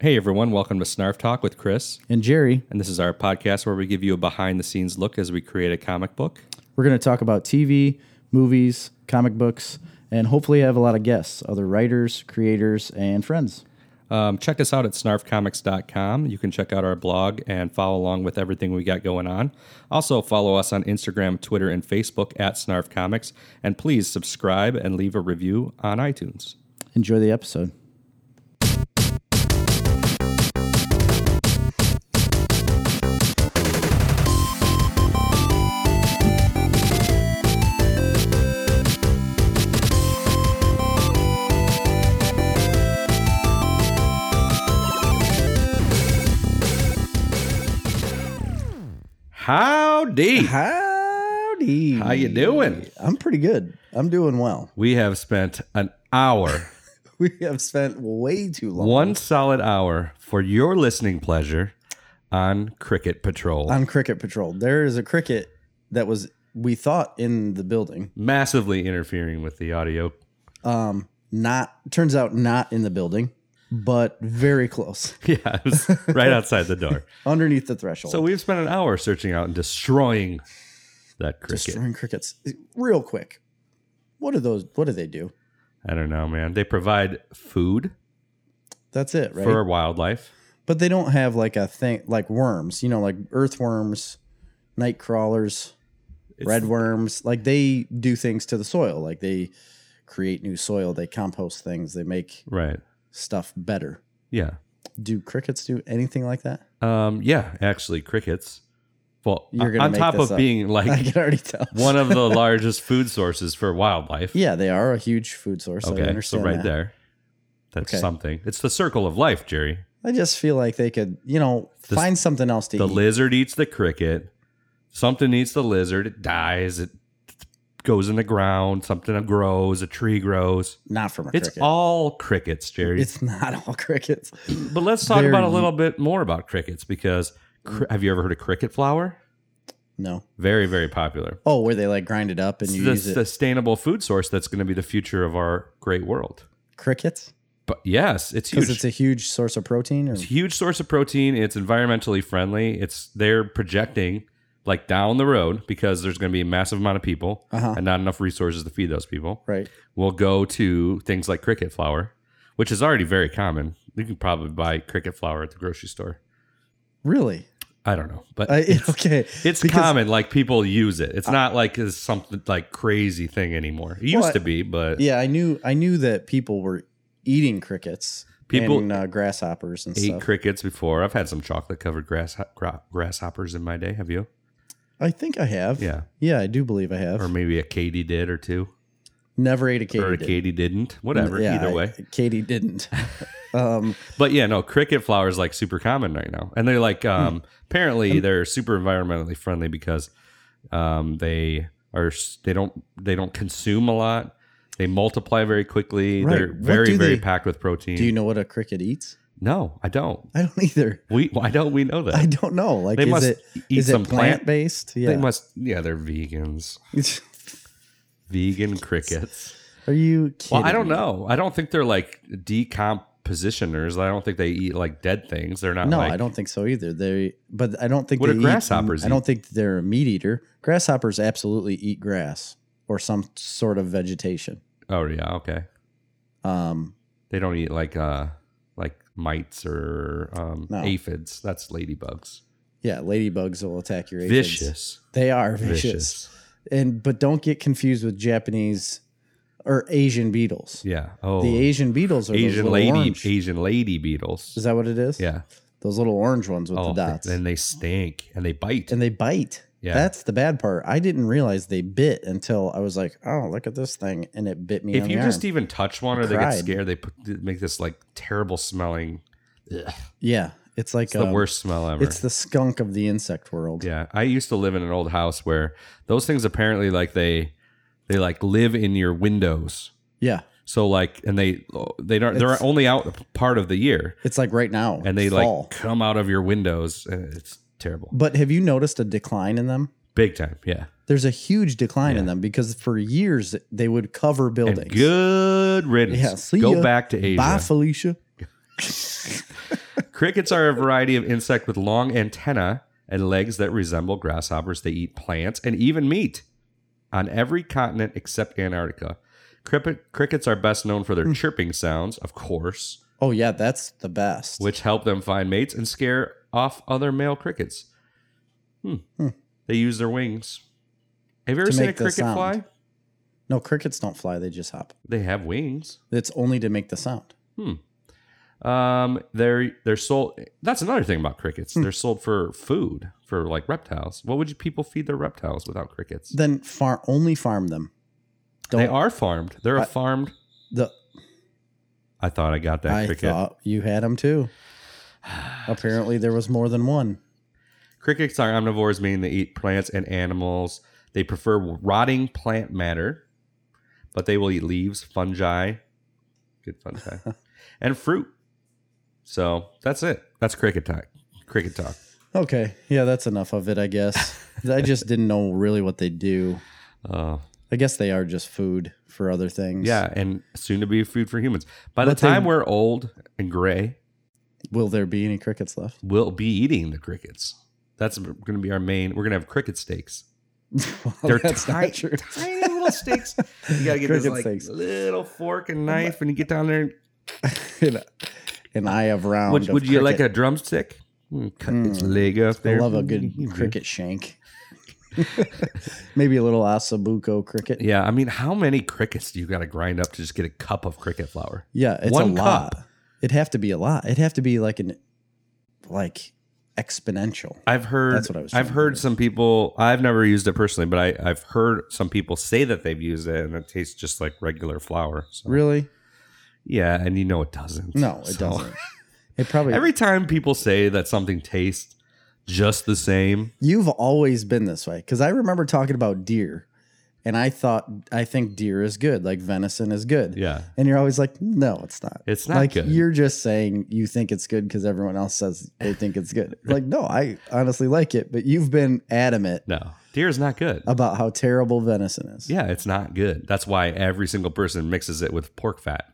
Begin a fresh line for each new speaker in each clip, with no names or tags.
Hey everyone, welcome to Snarf Talk with Chris.
And Jerry,
And this is our podcast where we give you a behind the scenes look as we create a comic book.
we're going to talk about TV, movies, comic books, and hopefully have a lot of guests, other writers, creators, and friends.
Um, check us out at snarfcomics.com. You can check out our blog and follow along with everything we got going on. Also, follow us on Instagram, Twitter, and Facebook at Snarf Comics. And please subscribe and leave a review on iTunes.
Enjoy the episode.
Howdy!
Howdy.
How you doing?
I'm pretty good. I'm doing well.
We have spent an hour,
We have spent way too long
one solid hour for your listening pleasure on Cricket Patrol.
on Cricket Patrol. There is a cricket that was, we thought, in the building.
massively interfering with the audio.
Um, not, turns out not in the building, but very close
Yeah, it was right outside the door.
underneath the threshold.
So we've spent an hour searching out and destroying that cricket.
destroying crickets real quick. What are those? What do they do?
I don't know, man. They provide food
That's it, right?
for wildlife.
but they don't have like a thing like worms, you know, like earthworms, night crawlers,
It's-
red worms. Like they do things to the soil. Like they create new soil. They compost things. They make
Right.
stuff better.
Yeah.
Do crickets do anything like that?
Um, yeah, actually crickets. Well,
You're gonna
on
make
top
this
of
up.
being
I
like
can already tell.
one of the largest food sources for wildlife.
yeah, they are a huge food source. I
Okay. So
understand
right
that.
there. That's
Okay.
something. It's the circle of life, Jerry.
I just feel like they could, you know,
The-
find something else to
The
eat.
lizard eats the cricket. Something eats the lizard. It dies. It goes in the ground. Something grows. A tree grows.
not from a
It's
cricket.
all crickets, Jerry.
it's not all crickets.
but let's talk
they're
about a
u-
little bit more about crickets because
Mm.
cr- have you ever heard of cricket flour?
No.
Very, very popular.
Oh, where they like grind it up and
It's
you
the
use it.
sustainable food source that's going to be the future of our great world.
crickets
But yes, it's huge.
because it's a huge source of protein. Or
It's a huge source of protein. It's environmentally friendly. It's they're projecting like down the road because there's going to be a massive amount of people
Uh-huh.
and not enough resources to feed those people.
right,
We'll go to things like cricket flour, which is already very common. You can probably buy cricket flour at the grocery store.
really?
I don't know, but
I, it's okay.
it's
because-
common. Like people use it. It's not like it's something like crazy thing anymore. It used
Well, I-
to be, but
Yeah, I knew. I knew that people were eating crickets,
People
and, uh, grasshoppers and
ate
stuff.
crickets before. I've had some chocolate covered grass gra- grasshoppers in my day. Have you?
I think I have.
Yeah,
yeah, I do believe I have.
or maybe a Katie did or two.
Never ate a
or
Katie.
a Katie didn't. Whatever.
Yeah,
either
I-
way.
Katie didn't. um,
But yeah, no, cricket flour is like super common right now. And they're
Hmm.
like um apparently they're super environmentally friendly because um they are s- they don't they don't consume a lot. They multiply very quickly.
Right.
They're
What
very,
do
very
they-
packed with protein.
do you know what a cricket eats?
no, I don't.
I don't either.
We why don't we know that?
I don't know. Like,
they
is
must
it
eat
is
some
it plant based?
They
Yeah.
must yeah, they're vegans. Vegan crickets.
Are you kidding?
Well, I don't
me?
know. I don't think they're like decompositioners. I don't think they eat like dead things. They're not
No,
like
I don't think so either. They, but I don't think
What
they
do
eat-
grasshoppers
I don't think they're a meat eater. Grasshoppers absolutely eat grass or some sort of vegetation.
Oh yeah, okay.
Um,
They don't eat like uh like mites or um
No.
aphids. That's ladybugs.
yeah, ladybugs will attack your aphids.
Vicious.
They are vicious.
Vicious.
and but don't get confused with Japanese or Asian beetles.
Yeah. Oh.
The
Asian,
Asian beetles are Asian
lady
Orange.
Asian lady beetles.
Is that what it is?
Yeah.
those little orange ones with
Oh,
the dots,
and they stink and they bite.
and they bite.
yeah.
That's the bad part. I didn't realize they bit until I was like, "Oh, look at this thing!" and it bit me.
if
on
you
the
just
arm.
even touch one or they get
Cried.
scared, they put, they make this like terrible smelling.
yeah, it's like
It's
um,
the worst smell ever.
It's the skunk of the insect world.
Yeah, I used to live in an old house where those things apparently like they they like live in your windows.
Yeah.
So like, and they they don't
It's-
they're only out part of the year,
It's like right now.
and they
fall.
like come out of your windows, and it's terrible,
But have you noticed a decline in them?
big time. Yeah,
There's a huge decline in
Yeah.
them because for years they would cover
and
buildings.
good riddance.
Yeah, see
Go
ya.
back to Asia.
Bye, Felicia.
Crickets are a variety of insect with long antennae and legs that resemble grasshoppers. They eat plants and even meat on every continent except Antarctica. Cricket, crickets are best known
Hmm.
for their chirping sounds, of course,
Oh yeah, that's the best.
which help them find mates and scare off other male crickets. Hmm. They use their wings. Have you ever
To
seen a
make the
cricket
sound.
fly?
no, crickets don't fly; they just hop.
They have wings.
It's only to make the sound.
Um, they're they're sold. That's another thing about
Hmm.
crickets. They're sold for food for like reptiles. What would you people feed their reptiles without crickets?
Then farm only farm them. Don't
they are farmed. They're a
I-
farmed.
the
I thought I got that
I
cricket.
thought you had them too. Apparently, there was more than one.
Crickets are omnivores, meaning they eat plants and animals. They prefer rotting plant matter, but they will eat leaves, fungi, good fungi, and fruit. So that's it. That's cricket talk. Cricket talk.
Okay, yeah, that's enough of it, I guess. I just didn't know really what they do.
Oh,
I guess they are just food for other things.
yeah, and soon to be food for humans. By the
But they-
time we're old and gray,
Will there be any crickets left?
we'll be eating the crickets. That's going to be our main. We're going to have cricket steaks.
Well,
They're
Oh, that's
tiny,
not true.
tiny little steaks. You gotta get this
Cricket
like
steaks.
little fork and knife, and you get down there. and-
An eye of round.
Would,
of
would you like
cricket. Hmm.
a drumstick? Mm, Cut its leg off
I
there. Hmm,
love a good cricket shank. Maybe a little asabuco cricket.
Yeah, I mean, how many crickets do you got to grind up to just get a cup of cricket flour?
Yeah, it's
One
a lot. It'd have to be a lot. It'd have to be like an like exponential.
I've heard.
That's what I was
I've
trying to
heard
do.
some people. I've never used it personally, but I, I've heard some people say that they've used it and it tastes just like regular flour. So-
Really?
Yeah, and you know it doesn't.
No, it
So-
doesn't. It probably
Every time people say that something tastes just the same,
You've always been this way because I remember talking about deer, and I thought I think deer is good, like venison is good.
yeah,
And you're always like, no, it's not.
It's not
like
good.
you're just saying you think it's good because everyone else says they think it's good. like, no, I honestly like it, but you've been adamant
no, deer is not good.
about how terrible venison is.
Yeah, it's not good. That's why every single person mixes it with pork fat.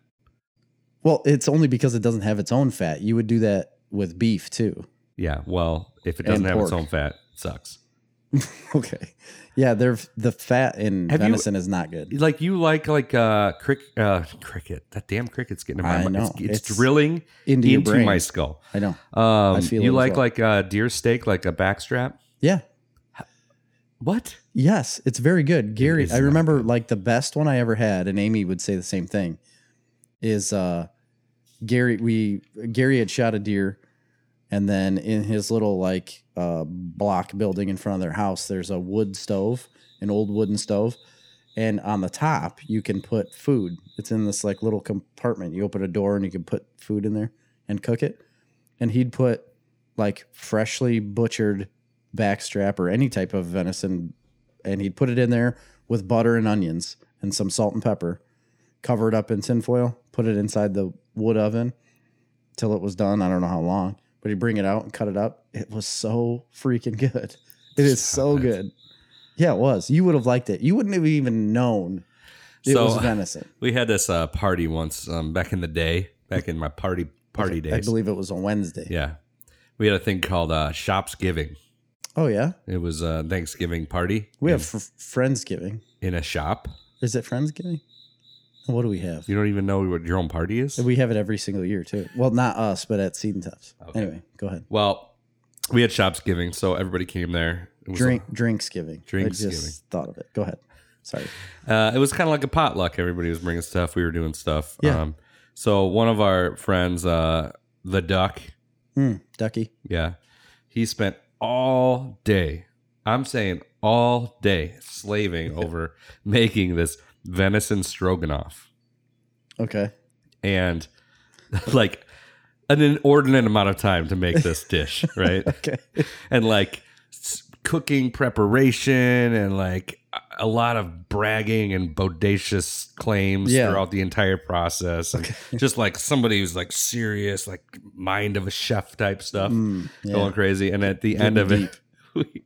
Well, it's only because it doesn't have its own fat. You would do that with beef too.
Yeah, well, if it doesn't
And
have its
pork.
own fat, it sucks.
Okay. Yeah, they're the fat in
Have you-
venison is not good.
Like you like like uh, crick, uh cricket. That damn cricket's getting in my
I
mind. It's,
know.
it's
It's
drilling
Into your
into
brain.
my skull.
I know.
Um,
feel it
you
as
like
well.
like uh, deer steak, like a backstrap.
Yeah.
What?
Yes, it's very good. Gary,
is
I
not
remember like the best one I ever had, and Amy would say the same thing. Is uh, Gary? We Gary had shot a deer, and then in his little like uh, block building in front of their house, there's a wood stove, an old wooden stove, and on the top you can put food. It's in this like little compartment. You open a door and you can put food in there and cook it. And he'd put like freshly butchered backstrap or any type of venison and he'd put it in there with butter and onions and some salt and pepper, cover it up in tinfoil, put it inside the wood oven till it was done. I don't know how long, but he'd bring it out and cut it up. It was so freaking good. It is
Stop
so
it.
good. Yeah, it was. You would have liked it. You wouldn't have even known it
So-
was venison.
We had this uh, party once um, back in the day, back in my party party
I
days.
believe it was on Wednesday.
yeah, we had a thing called uh, shops giving.
Oh yeah,
It was a Thanksgiving party.
we
in-
have f- friendsgiving.
in a shop.
Is it friendsgiving? What do we have?
You don't even know what your own party is.
We have it every single year too. Well, not us, but at Seed and Tufts.
Okay.
Anyway, go ahead.
Well, we had shops giving, so everybody came there. It was
Drink drinksgiving. I
Drinksgiving.
just thought of it. Go ahead. Sorry.
Uh, it was kind of like a potluck. Everybody was bringing stuff. We were doing stuff.
Yeah.
Um, so one of our friends, uh, the duck,
Hmm. Ducky.
yeah, he spent all day. I'm saying all day slaving over making this venison stroganoff.
Okay.
and like an inordinate amount of time to make this dish, right?
Okay.
And like s- cooking preparation and like a- a lot of bragging and bodacious claims
Yeah.
throughout the entire process. And Just like somebody who's like serious, like mind of a chef type stuff
Hmm. yeah.
going crazy. And at the end of it, we,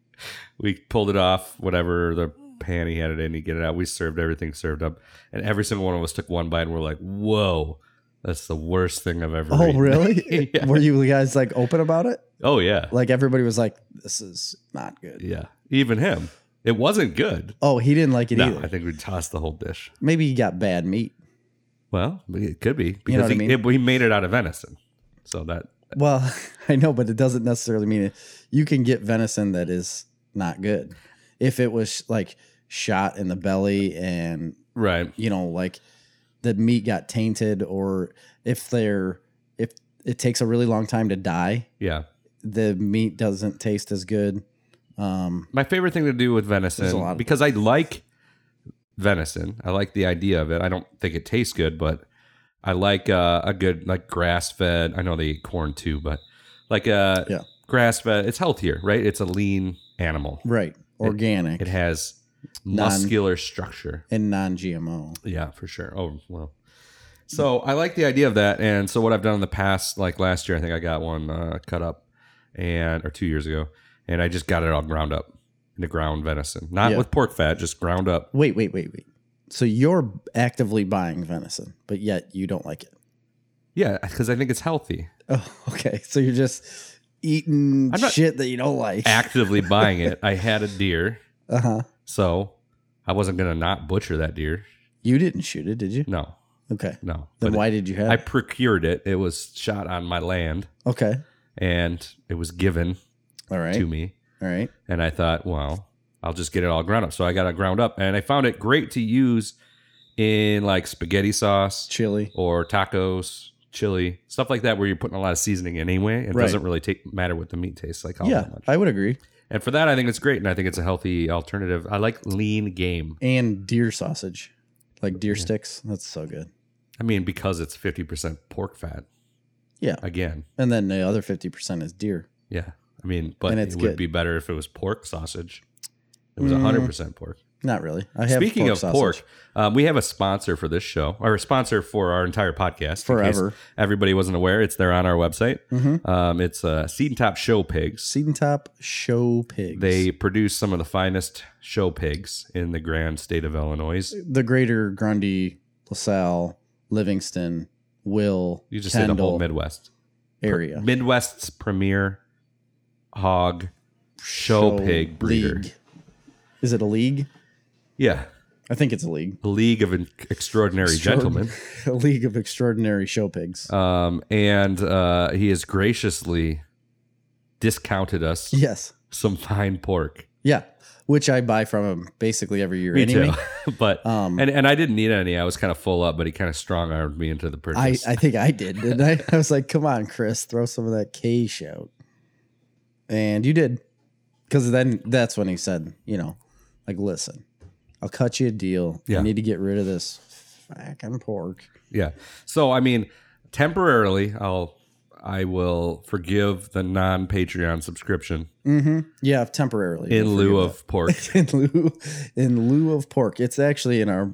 we pulled it off, whatever the pan he had it in, he get it out. We served everything served up. And every single one of us took one bite and we're like, whoa, That's the worst thing I've ever.
Oh,
read.
really?
Yeah.
Were you guys like open about it?
Oh yeah,
Like everybody was like, "This is not good."
yeah. Even him, it wasn't good.
Oh, he didn't like it
No, I
either.
think we tossed the whole dish.
Maybe he got bad meat.
Well, it could be because
You know what I
he,
mean?
it- he made it out of venison, so that
Well, I know, but it doesn't necessarily mean it. You can get venison that is not good. If it was like shot in the belly and,
right.
you know, like the meat got tainted or if they're, if it takes a really long time to die,
Yeah,
the meat doesn't taste as good. Um,
my favorite thing to do with
There's a lot
venison
of-
because I like venison. I like the idea of it. I don't think it tastes good, but I like uh, a good like grass fed. I know they eat corn too, but like uh
Yeah.
grass fed. It's healthier, right? It's a lean animal.
right. Organic
It has
Non-
muscular structure.
and non GMO.
Yeah, for sure. Oh well. So I like the idea of that, and so what I've done in the past, like last year, I think I got one uh, cut up, and or two years ago, and I just got it all ground up into ground venison, not
Yeah.
with pork fat, just ground up.
Wait, wait, wait, wait. So you're actively buying venison, but yet you don't like it.
Yeah, because I think it's healthy.
Oh, okay. So you're just eating
I'm not-
shit that you don't like.
Actively buying it, I had a deer,
Uh huh.
so I wasn't gonna not butcher that deer.
You didn't shoot it, did you?
No,
Okay.
no.
Then
Mm. But
why did you have
I
it?
procured it. It was shot on my land,
Okay.
and it was given
All right.
to me.
All right.
And I thought, well, I'll just get it all ground up. So I got it ground up and I found it great to use in like spaghetti sauce
Chili.
or tacos, chili, stuff like that, where you're putting a lot of seasoning in anyway. It
Right.
doesn't really take, matter what the meat tastes like. All
yeah,
that much.
I would agree.
And for that, I think it's great. And I think it's a healthy alternative. I like lean game.
And deer sausage, like deer sticks. That's so good.
I mean, because it's 50% pork fat.
Yeah.
Again.
And then the other fifty percent is deer.
Yeah. I mean, but
And
it
it's
would
good.
be better if it was pork sausage. It was
Mm.
100% pork.
Not really. I have
Speaking
pork
of
sausage
pork, um, we have a sponsor for this show, or a sponsor for our entire podcast. in case
forever.
Everybody wasn't aware. It's there on our website.
Mm-hmm.
Um, it's uh, Seed and Top Show Pigs.
Seed and top show pigs.
They produce some of the finest show pigs in the grand state of Illinois.
the greater Grundy, LaSalle, Livingston, Will,
You just say the whole
Kendall
Midwest.
area
Midwest's premier hog show, pig breeder.
league. Is it a league?
Yeah.
I think it's a league.
The League of Ex- Extraordinary Gentlemen.
a league of extraordinary show pigs.
Um, and uh, he has graciously discounted us
yes.
some fine pork.
Yeah. Which I buy from him basically every year
Me
anyway.
too. but
Um,
and and I didn't need any. I was kind of full up, but he kind of strong armed me into the
I,
purchase.
I think I did, didn't I? I was like, come on, Chris, throw some of that cash out. And you did. Because then that's when he said, you know, like, listen, I'll cut you a deal.
Yeah.
You need to get rid of this fucking pork.
yeah. So I mean, temporarily, I'll I will forgive the non Patreon subscription
Mm-hmm. Yeah, temporarily.
in lieu of pork.
in lieu in lieu of pork. It's actually in our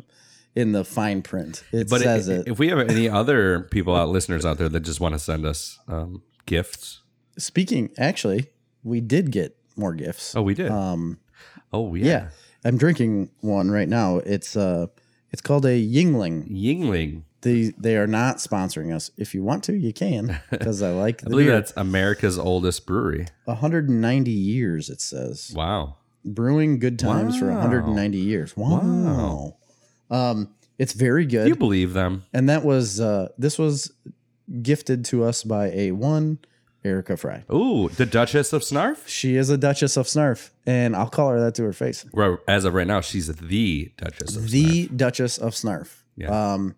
in the fine print. It
But
says
i-
it.
if we have any other people out listeners out there that just want to send us um, gifts,
Speaking, actually, we did get more gifts.
oh we did.
Um,
oh
yeah.
yeah.
I'm drinking one right now. It's uh, it's called a Yingling.
Yingling.
They they are not sponsoring us. If you want to, you can because I like.
I
The
believe
beer.
that's America's oldest brewery.
190 years. It says
Wow.
brewing good times for
Wow.
190 years. Wow. Um, it's very good.
You believe them?
and that was uh, this was gifted to us by a one Erica Fry.
Ooh, the Duchess of Snarf.
She is a Duchess of Snarf, and I'll call her that to her face.
Well, As of right now, she's the Duchess of Snarf.
The Duchess of Snarf.
Yeah.
Um,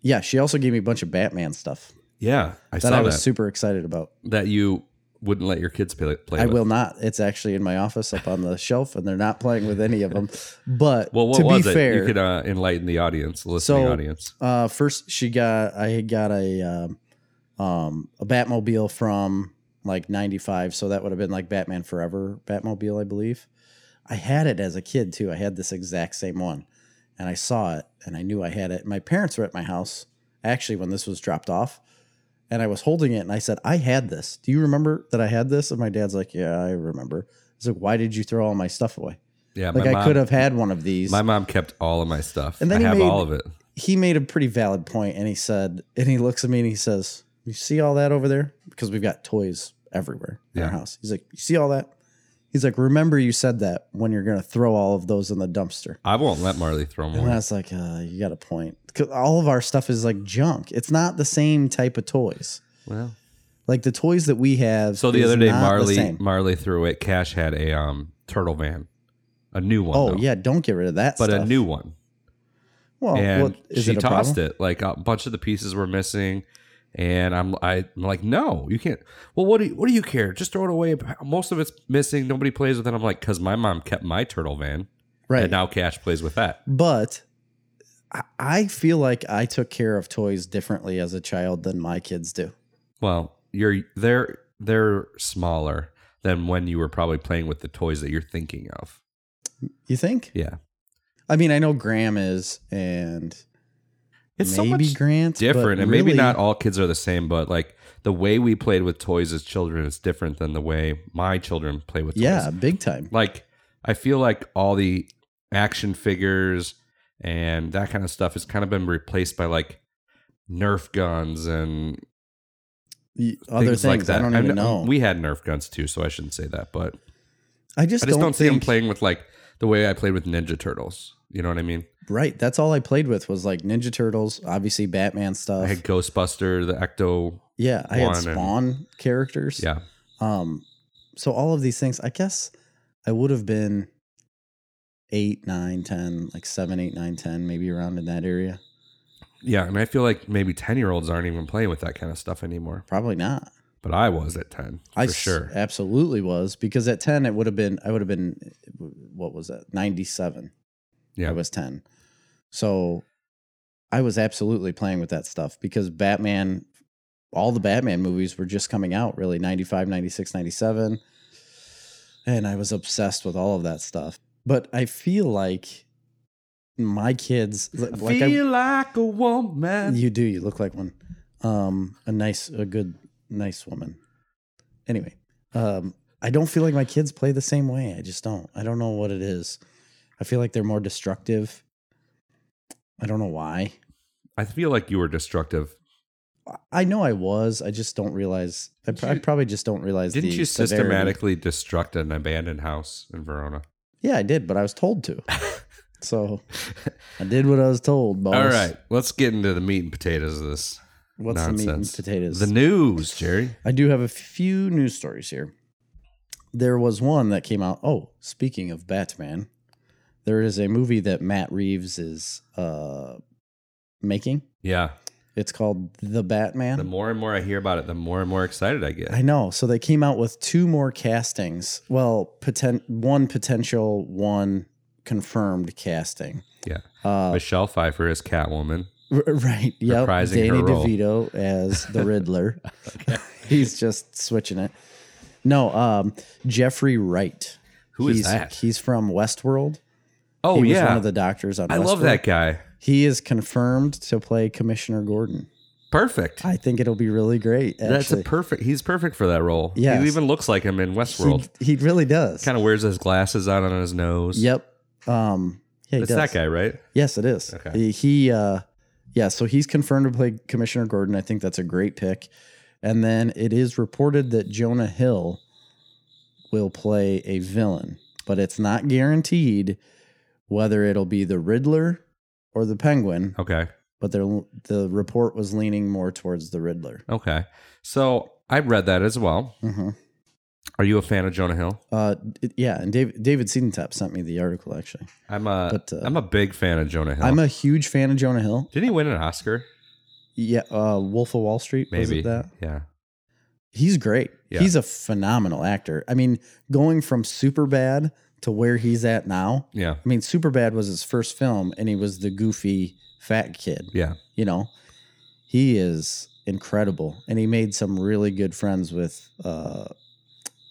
yeah. She also gave me a bunch of Batman stuff
Yeah, I
that
saw
I was
that.
super excited about.
that you wouldn't let your kids play. play
I
with.
will not. It's actually in my office up on the shelf, and they're not playing with any of them. But
Well, what
to
was
be
it?
fair,
you could uh, enlighten the audience, the listening
So-
audience.
uh, first she got I had got a um, um, a Batmobile from like '95, so that would have been like Batman Forever Batmobile, I believe. I had it as a kid too. I had this exact same one, and I saw it, and I knew I had it. My parents were at my house actually when this was dropped off, and I was holding it, and I said, "I had this. Do you remember that I had this?" And my dad's like, "Yeah, I remember." He's like, "Why did you throw all my stuff away?
Yeah,
Like
my
I
mom,
could have had one of these."
My mom kept all of my stuff.
And then
I
he
have
made-
all of it.
he made a pretty valid point and he said and he looks at me and he says you see all that over there because we've got toys everywhere in our
Yeah.
house he's like you see all that he's like remember you said that when you're gonna throw all of those in the dumpster
I won't let Marley throw
and I
more.
was like, uh, you got a point. 'Cause all of our stuff is like junk. It's not the same type of toys.
Well,
Like the toys that we have.
so the
is
other day
not the
Marley
same.
Marley threw it. Cash had a um turtle van, a new one.
Oh
though.
yeah, don't get rid of that.
but
stuff.
a new one.
Oh, Well,
and
what, is
she
it a
tossed
problem?
it. Like a bunch of the pieces were missing, and I'm I, am like, no, you can't. Well, what do you, what do you care? Just throw it away. Most of it's missing. Nobody plays with it. I'm like, because my mom kept my turtle van,
Right.
and now Cash plays with that.
but I, I feel like I took care of toys differently as a child than my kids do.
Well, you're they're they're smaller than when you were probably playing with the toys that you're thinking of.
You think?
Yeah,
I mean, I know Graham is, and
it's so
maybe
much
Grant but
different, and maybe
really-
not all kids are the same, but like. The way we played with toys as children is different than the way my children play with toys.
Yeah, big time.
like I feel like all the action figures and that kind of stuff has kind of been replaced by like Nerf guns and
Y- Other
things,
things,
like that.
I don't
kn-
even know.
We had Nerf guns too, so I shouldn't say that, but
I just,
I just don't, see them
think-
playing with like the way I played with Ninja Turtles. You know what I mean?
Right. That's all I played with was like Ninja Turtles, obviously Batman
I
stuff.
had Ghostbuster, the Ecto.
yeah, I had
one and-
Spawn characters.
Yeah,
Um, so all of these things, I guess I would have been eight, nine, ten, like seven, eight, nine, ten, maybe around in that area.
yeah, and I feel like maybe ten year olds aren't even playing with that kind of stuff anymore.
Probably not.
But I was at ten for
I s-
sure.
absolutely was because at ten it would have been I would have been what was that ninety seven.
Yeah.
I was ten, so I was absolutely playing with that stuff because Batman, all the Batman movies were just coming out really 95, 96, 97. and I was obsessed with all of that stuff. But I feel like my kids like I,
like a woman.
you do. You look like one. Um, a nice, a good, nice woman. Anyway, um, I don't feel like my kids play the same way. I just don't. I don't know what it is. I feel like they're more destructive. I don't know why.
I feel like you were destructive
I- I know I was. I just don't realize. I, pr- I
You-
probably just don't realize.
Didn't
the
you
severity.
systematically destruct an abandoned house in Verona?
Yeah, I did, but I was told to. so I did what I was told. Boss.
All right, let's get into the meat and potatoes of this.
What's the meat and
Nonsense.
potatoes?
The news, Jerry.
I do have a few news stories here. There was one that came out. Oh, speaking of Batman, there is a movie that Matt Reeves is uh, making.
Yeah.
It's called The
The
Batman.
more and more I hear about it, the more and more excited I get.
Um, I know. So they came out with two more castings. Well, poten- one potential, one confirmed casting.
Yeah.
Uh,
Michelle Pfeiffer is Catwoman.
R- Right. Yep.
Reprising
Danny
her role.
DeVito as the Riddler. he's just switching it. No, um, Jeffrey Wright.
Who is
He's-
that?
He's from Westworld.
Oh
he was
yeah,
one of the doctors on.
I love
Westworld.
that guy.
He is confirmed to play Commissioner Gordon.
Perfect.
I think it'll be really great.
That's a
Actually.
perfect. He's perfect for that role.
Yes.
He even looks like him in Westworld.
He, he really does.
kind of wears his glasses out on his nose.
Yep. Um. Yeah, he
It's
does.
that guy, right?
Yes, it is.
Okay.
He, he, uh, yeah, so he's confirmed to play Commissioner Gordon. I think that's a great pick. And then it is reported that Jonah Hill will play a villain, but it's not guaranteed whether it'll be the Riddler or the Penguin.
Okay.
But they're- the report was leaning more towards the Riddler.
Okay. So I read that as well.
Mhm.
Are you a fan of Jonah Hill?
Uh, d- yeah, and David David Seedentop sent me the article actually.
I'm a
But, uh,
am a big fan of Jonah Hill.
I'm a huge fan of Jonah Hill.
Didn't he win an Oscar?
Yeah, uh, Wolf of Wall Street was
Maybe.
it that?
Yeah.
He's great.
Yeah.
He's a phenomenal actor. I mean, going from super bad to where he's at now.
Yeah.
I mean, Superbad was his first film and he was the goofy fat kid,
Yeah.
you know. He is incredible and he made some really good friends with uh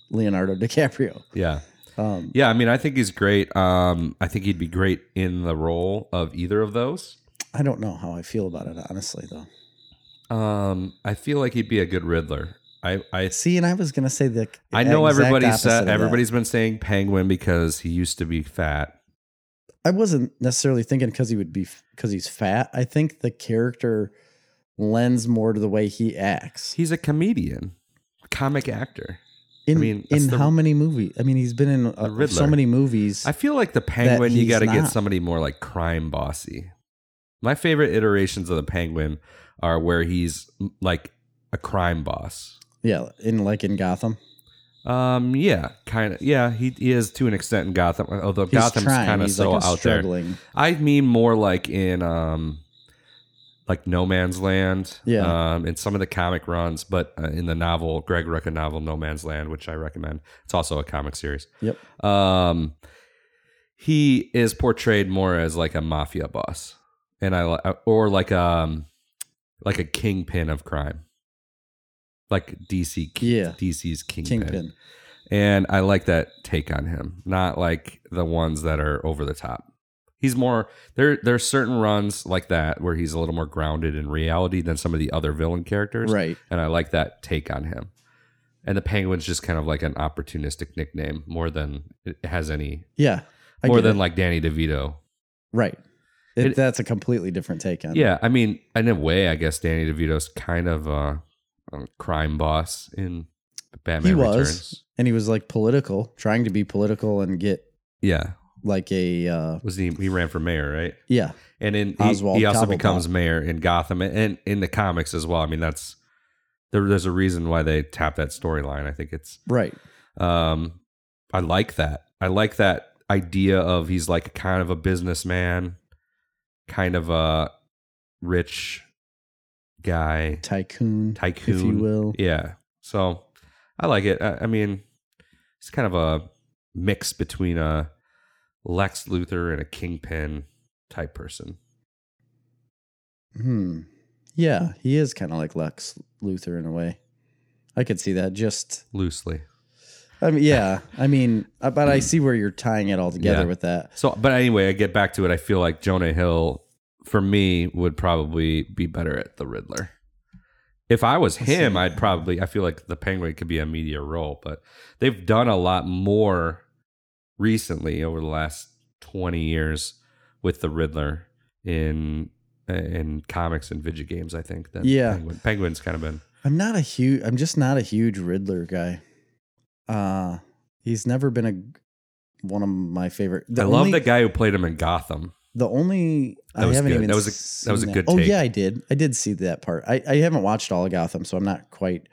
Leonardo DiCaprio.
Yeah.
Um
Yeah. I mean, I think he's great. Um, I think he'd be great in the role of either of those.
I don't know how I feel about it honestly though.
Um, I feel like he'd be a good Riddler. I I
See, and I was going to say the
I know
exact
everybody
opposite of
said
that.
everybody's been saying Penguin because he used to be fat.
I wasn't necessarily thinking cuz he would be f- because he's fat. I think the character lends more to the way he acts.
He's a comedian, a comic actor.
In,
mean, that's
in
the-
how many movies? I mean, he's been in uh, so
Riddler.
many movies.
I feel like the Penguin. You
he's
got to get
not.
somebody more like crime bossy. My favorite iterations of the Penguin are where he's m- like a crime boss.
yeah, in like in Gotham.
Um, yeah, kind of. Yeah, he, he is to an extent in Gotham, although
He's
Gotham's
trying.
kind of
he's
so
like a
out there.
struggling.
I mean more like in um like No Man's Land,
Yeah.
um, and some of the comic runs, but uh, in the novel Greg Rucka novel No Man's Land, which I recommend. It's also a comic series.
Yep.
Um, he is portrayed more as like a mafia boss, and I li- uh, or like um like a kingpin of crime, like DC
Yeah.
DC's kingpin.
Kingpin.
and I like that take on him, not like the ones that are over the top. He's more there. There's certain runs like that where he's a little more grounded in reality than some of the other villain characters,
Right.
and I like that take on him. And the Penguin's just kind of like an opportunistic nickname more than it has any
Yeah. I
more
get
than
it.
like Danny DeVito.
right. It,
It-
that's a completely different take on it.
Yeah, I mean, in a way, I guess Danny DeVito's kind of a, a crime boss in Batman
He was.
Returns.
And he was like political, trying to be political and get
Yeah,
like a uh
was he? He ran for mayor, right?
yeah,
and in he,
Oswald
he also
Cobblepot.
becomes mayor in Gotham and, and in the comics as well. I mean, that's there, there's a reason why they tap that storyline. I think it's
right.
um, I like that. I like that idea of he's like kind of a businessman, kind of a rich guy,
Tycoon,
tycoon,
if you will.
Yeah, so I like it. I, I mean, it's kind of a mix between a Lex Luthor and a Kingpin type person.
Hmm. Yeah, he is kind of like Lex Luthor in a way. I could see that. Just
loosely.
I mean, yeah. I mean, uh, but I see where you're tying it all together
Yeah.
with that.
So, but anyway, I get back to it. I feel like Jonah Hill, for me, would probably be better at the Riddler. If I was
Let's see.
him, I'd probably. I feel like the Penguin could be a media role, but they've done a lot more recently over the last twenty years with the Riddler in in comics and video games. I think than
Yeah.
Penguin. Penguin's kind of been
I'm not a huge. I'm just not a huge Riddler guy. Uh he's never been a one of my favorite.
I love
only-
the guy who played him in Gotham.
The only
That
I
was
haven't
good.
even
That was a-
seen
that was a good
Oh
take.
yeah, I did. I did see that part. I, I haven't watched all of Gotham, so I'm not quite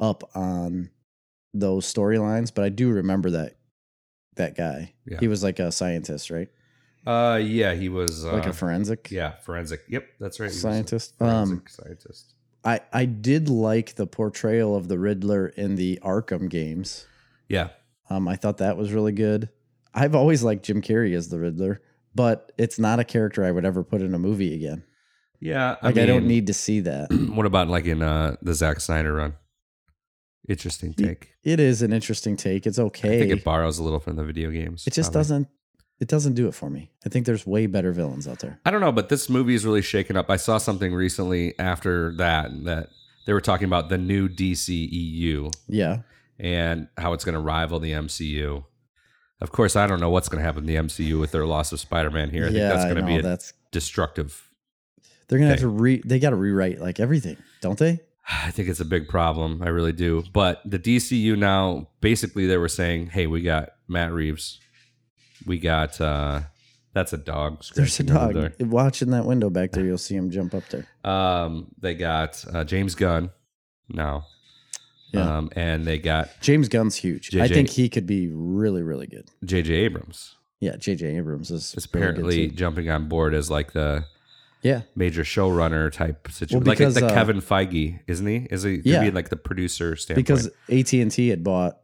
up on those storylines, but I do remember that that guy.
Yeah.
He was like a scientist, right?
Uh, yeah, he was uh,
like a forensic
Yeah, forensic. Yep, that's right. He was a
scientist.
Forensic
Um
scientist.
I, I did like the portrayal of the Riddler in the Arkham games.
Yeah,
Um, I thought that was really good. I've always liked Jim Carrey as the Riddler, but it's not a character I would ever put in a movie again.
yeah.
Like I don't need to see that.
What about like in uh the Zack Snyder run? Interesting
Ye-
take.
It is an interesting take. It's
I
okay.
think it
It,
borrows a little from the video games.
just
probably.
doesn't. It doesn't do it for me. I think there's way better villains out there.
I don't know, but this movie is really shaken up. I saw something recently after that that they were talking about the new DCEU
Yeah,
and how it's going to rival the MCU. Of course, I don't know what's going to happen in the MCU with their loss of Spider-Man here. I
yeah.
think that's
I
going to
know.
be a
that's
destructive
they're gonna have
thing.
to re. They got to rewrite like everything, don't they?
I think it's a big problem. I really do. But the DCU now, basically, they were saying, "Hey, we got Matt Reeves. We got uh, that's a dog.
There's a
scratching over
dog watching that window back there. You'll see him jump up there.
there. Um, they got uh, James Gunn now.
Yeah.
Um, and they got
James Gunn's huge. I
JJ.
think he could be really, really good.
J.J. Abrams
Yeah, J.J. Abrams
is
is really good,
apparently
too.
jumping on board as like the
Yeah,
major showrunner type situation,
Well,
like
because,
the
uh,
Kevin Feige, isn't he? Is he? could
Yeah.
be like the producer standpoint?
because AT and T had bought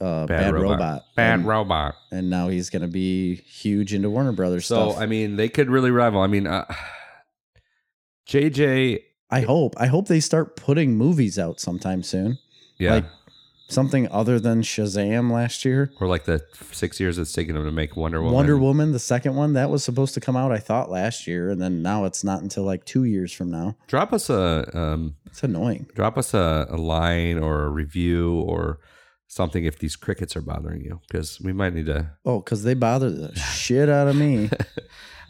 uh, Bad, Robot,
Bad
and,
Robot.
and now he's gonna be huge into Warner Brothers
So
stuff.
I mean, they could really rival. I mean, uh, JJ,
I hope. I hope they start putting movies out sometime soon.
yeah,
Like- Something other than Shazam last year.
or like the six years it's taken them to make Wonder Woman.
Wonder Woman, the second one, that was supposed to come out, I thought, last year, and then now it's not until like two years from now.
Drop us a um,
It's annoying.
drop us a, a line or a review or something if these crickets are bothering you because we might need to.
Oh, because they bother the shit out of me.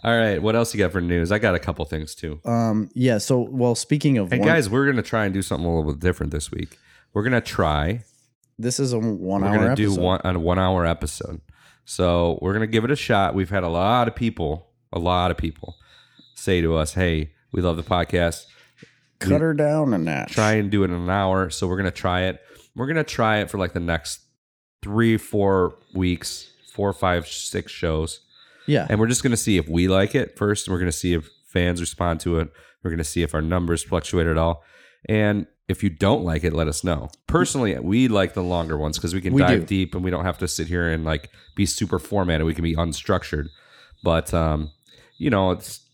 All right, what else you got for news? I got a couple things too.
Um, yeah. So, well, speaking of
And
one-
guys, we're gonna try and do something a little bit different this week. We're gonna try.
this is a one
We're
hour
gonna
episode.
do one on a one hour episode. So we're gonna give it a shot. We've had a lot of people, a lot of people say to us, "Hey, we love the podcast.
Cut her down a notch.
Try and do it in an hour." So we're gonna try it. We're gonna try it for like the next three, four weeks, four, five, six shows.
Yeah.
And we're just going to see if we like it first. And we're going to see if fans respond to it. We're going to see if our numbers fluctuate at all. And if you don't like it, let us know. Personally, we like the longer ones because we can
We
dive
do.
deep and we don't have to sit here and like be super formatted. We can be unstructured. But um, you know, it's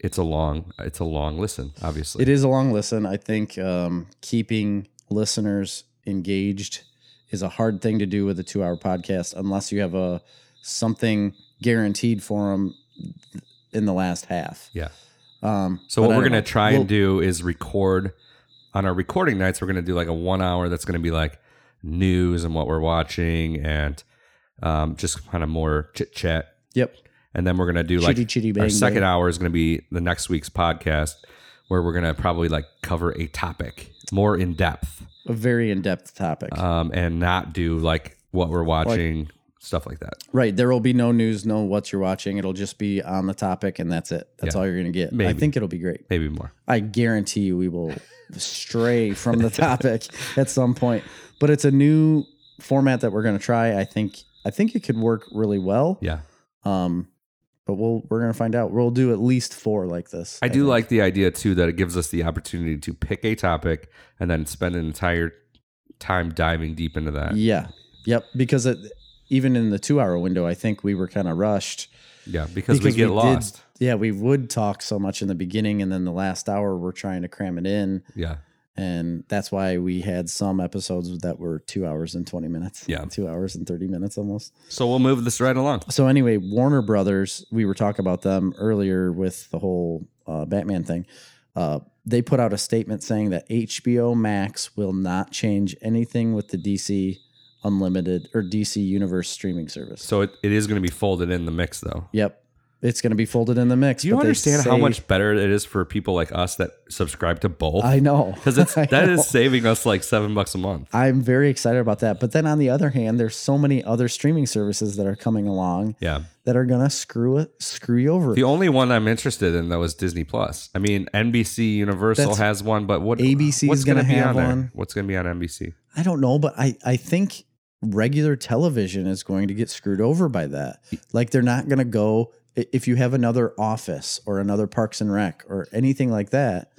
it's a long it's a long listen, obviously.
It is a long listen. I think um, keeping listeners engaged is a hard thing to do with a two hour podcast unless you have a something guaranteed for them in the last half.
Yeah.
Um,
So
but
what
I
we're
don't
gonna
know.
try
We'll-
and do is record on our recording nights. We're gonna do like a one hour that's gonna be like news and what we're watching and um, just kind of more chit chat.
Yep.
And then we're gonna do like
Chitty chitty bang.
our second
bang.
hour is gonna be the next week's podcast where we're gonna probably like cover a topic more in depth
a very in depth topic.
um, and not do like what we're watching stuff like that.
Right. There will be no news, no what you're watching. It'll just be on the topic, and that's it. That's all you're going to get. I
Maybe.
think it'll be great.
Maybe more.
I guarantee you we will stray from the topic at some point. But it's a new format that we're going to try. I think I think it could work really well.
Yeah.
Um, but we'll we're going to find out. We'll do at least four like this.
I do
think.
like the idea too that it gives us the opportunity to pick a topic and then spend an entire time diving deep into that.
Yeah. Yep. Because it, even in the two hour window, I think we were kind of rushed.
Yeah, because,
Because
we get
we did-
lost.
Yeah, we would talk so much in the beginning, and then the last hour we're trying to cram it in.
Yeah,
and that's why we had some episodes that were two hours and 20 minutes
Yeah.
two hours and 30 minutes almost
so we'll move this right along.
so anyway warner brothers we were talking about them earlier with the whole uh, batman thing uh, they put out a statement saying that hbo max will not change anything with the dc unlimited or dc universe streaming service
So it, it is going to be folded in the mix, though.
yep it's going to be folded in the mix
Do you
but they
understand how
say-
much better it is for people like us that subscribe to both?
i know
Because it's
I
that
know.
is saving us like seven bucks a month.
I'm very excited about that. But then on the other hand, there's so many other streaming services that are coming along
Yeah.
that are gonna screw it, screw you over.
The only one I'm interested in though is Disney Plus. I mean, NBC Universal
That's-
has one, but what
ABC is
what's
gonna
gonna be on
have
there?
one.
What's going to be on NBC?
I don't know, but I I think regular television is going to get screwed over by that. Like they're not gonna go i- if you have another Office or another Parks and Rec or anything like that.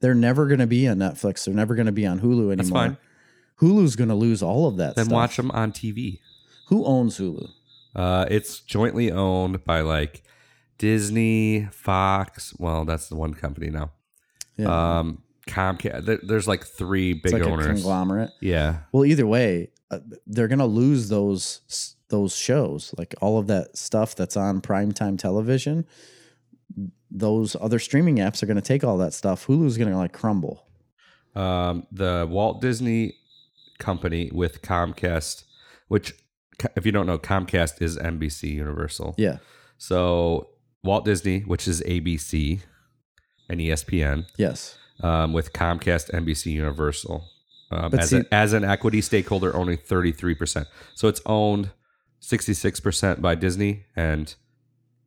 They're never gonna be on Netflix. They're never gonna be on Hulu anymore.
That's fine.
Hulu's gonna lose all of that.
Then
stuff.
watch them on TV.
Who owns Hulu?
Uh, it's jointly owned by like Disney, Fox. Well, that's the one company now. Um, Comcast. There, there's like three big
it's like a
owners.
conglomerate.
yeah,
Well, either way, uh, they're gonna lose those those shows, like all of that stuff that's on primetime television. Those other streaming apps are gonna take all that stuff. Hulu's gonna like crumble.
um, the Walt Disney Company with Comcast, which co- if you don't know, Comcast is NBC Universal.
Yeah,
So Walt Disney, which is ABC and E ESPN,
yes,
um, with Comcast, NBC Universal. Um,
But
as,
see-
a, as an equity stakeholder, only 33%. So it's owned 66% by Disney and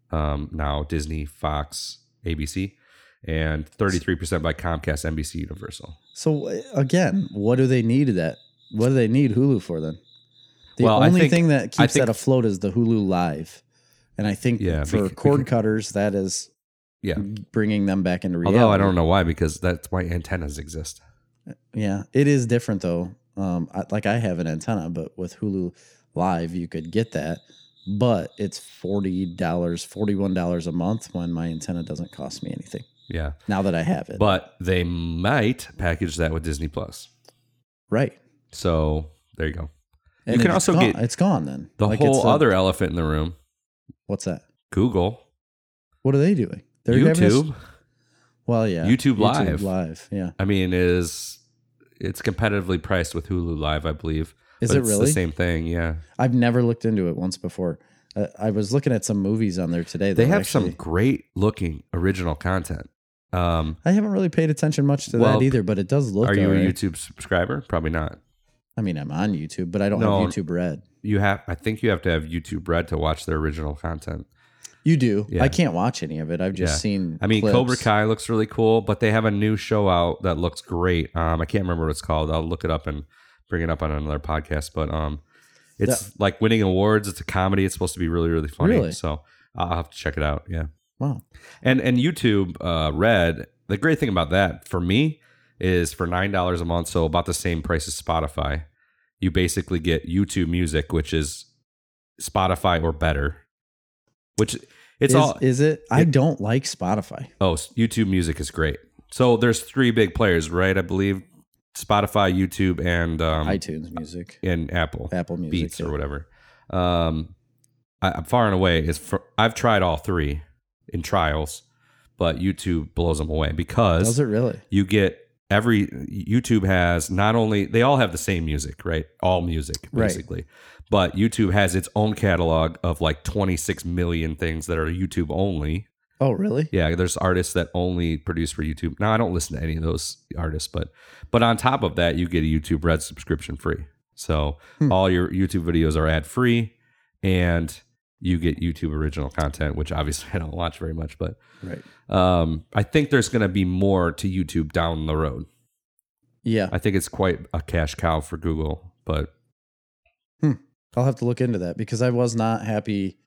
um, now Disney, Fox, ABC, and 33% by Comcast, NBC Universal.
So uh, again, what do they need that? What do they need Hulu for then? The
Well, I
only
think-
thing that
I
keeps
think-
that afloat is the Hulu Live, and I think
Yeah,
for
we c- we
cord
can-
cutters, that is
Yeah.
bringing them back into reality.
Although I don't know why, because that's why antennas exist.
Yeah, it is different though. Um, I, like I have an antenna, but with Hulu Live, you could get that, but it's forty dollars, forty-one dollars a month when my antenna doesn't cost me anything.
Yeah.
Now that I have it,
But they might package that with Disney Plus.
right?
So there you go.
And
can
it's
also
gone-
get
it's gone then.
The
Like, it's
whole
a-
other elephant in the room
what's that?
Google,
What are they doing? They're having this-
YouTube.
well, yeah,
YouTube Live.
Live, yeah.
I mean, is it's competitively priced with Hulu Live, I believe.
Is
But
it
it's
really?
the same thing? Yeah,
I've never looked into it once before. Uh, I was looking at some movies on there today.
They
that
have some
actually-
great looking original content. Um,
I haven't really paid attention much to
Well,
that either, but it does look.
are you a
alright.
YouTube subscriber? Probably not.
I mean, I'm on YouTube, but I don't
No.
have YouTube Red.
You have. I think you have to have YouTube Red to watch their original content.
You do.
Yeah.
I can't watch any of it. I've just
Yeah.
seen.
I mean,
clips.
Cobra Kai looks really cool, but they have a new show out that looks great. Um, I can't remember what it's called. I'll look it up and bring it up on another podcast. But um, it's like winning awards. It's a comedy. It's supposed to be really, really funny.
Really?
So I'll have to check it out. Yeah,
Wow.
and and YouTube uh, Red. The great thing about that for me is for nine dollars a month, so about the same price as Spotify. You basically get YouTube Music, which is Spotify or better. Which it's
is,
all
Is it? I
it-
don't like Spotify.
Oh, s- YouTube Music is great. So there's three big players, right? I believe Spotify, YouTube, and um,
iTunes Music,
and Apple
Apple Music,
Beats or
yeah.
whatever. Um, I, I'm far and away is for, I've tried all three in trials, but YouTube blows them away
Does
because
it really?
you get every YouTube has not only they all have the same music, right? All music
Right.
basically. But YouTube has its own catalog of like 26 million things that are YouTube only.
Oh, really?
Yeah, there's artists that only produce for YouTube. Now I don't listen to any of those artists, but but on top of that, you get a YouTube Red subscription free. So
Hmm.
all your YouTube videos are ad free, and you get YouTube original content, which obviously I don't watch very much, but
Right.
um, I think there's going to be more to YouTube down the road.
Yeah.
I think it's quite a cash cow for Google, but
I'll have to look into that because I was not happy.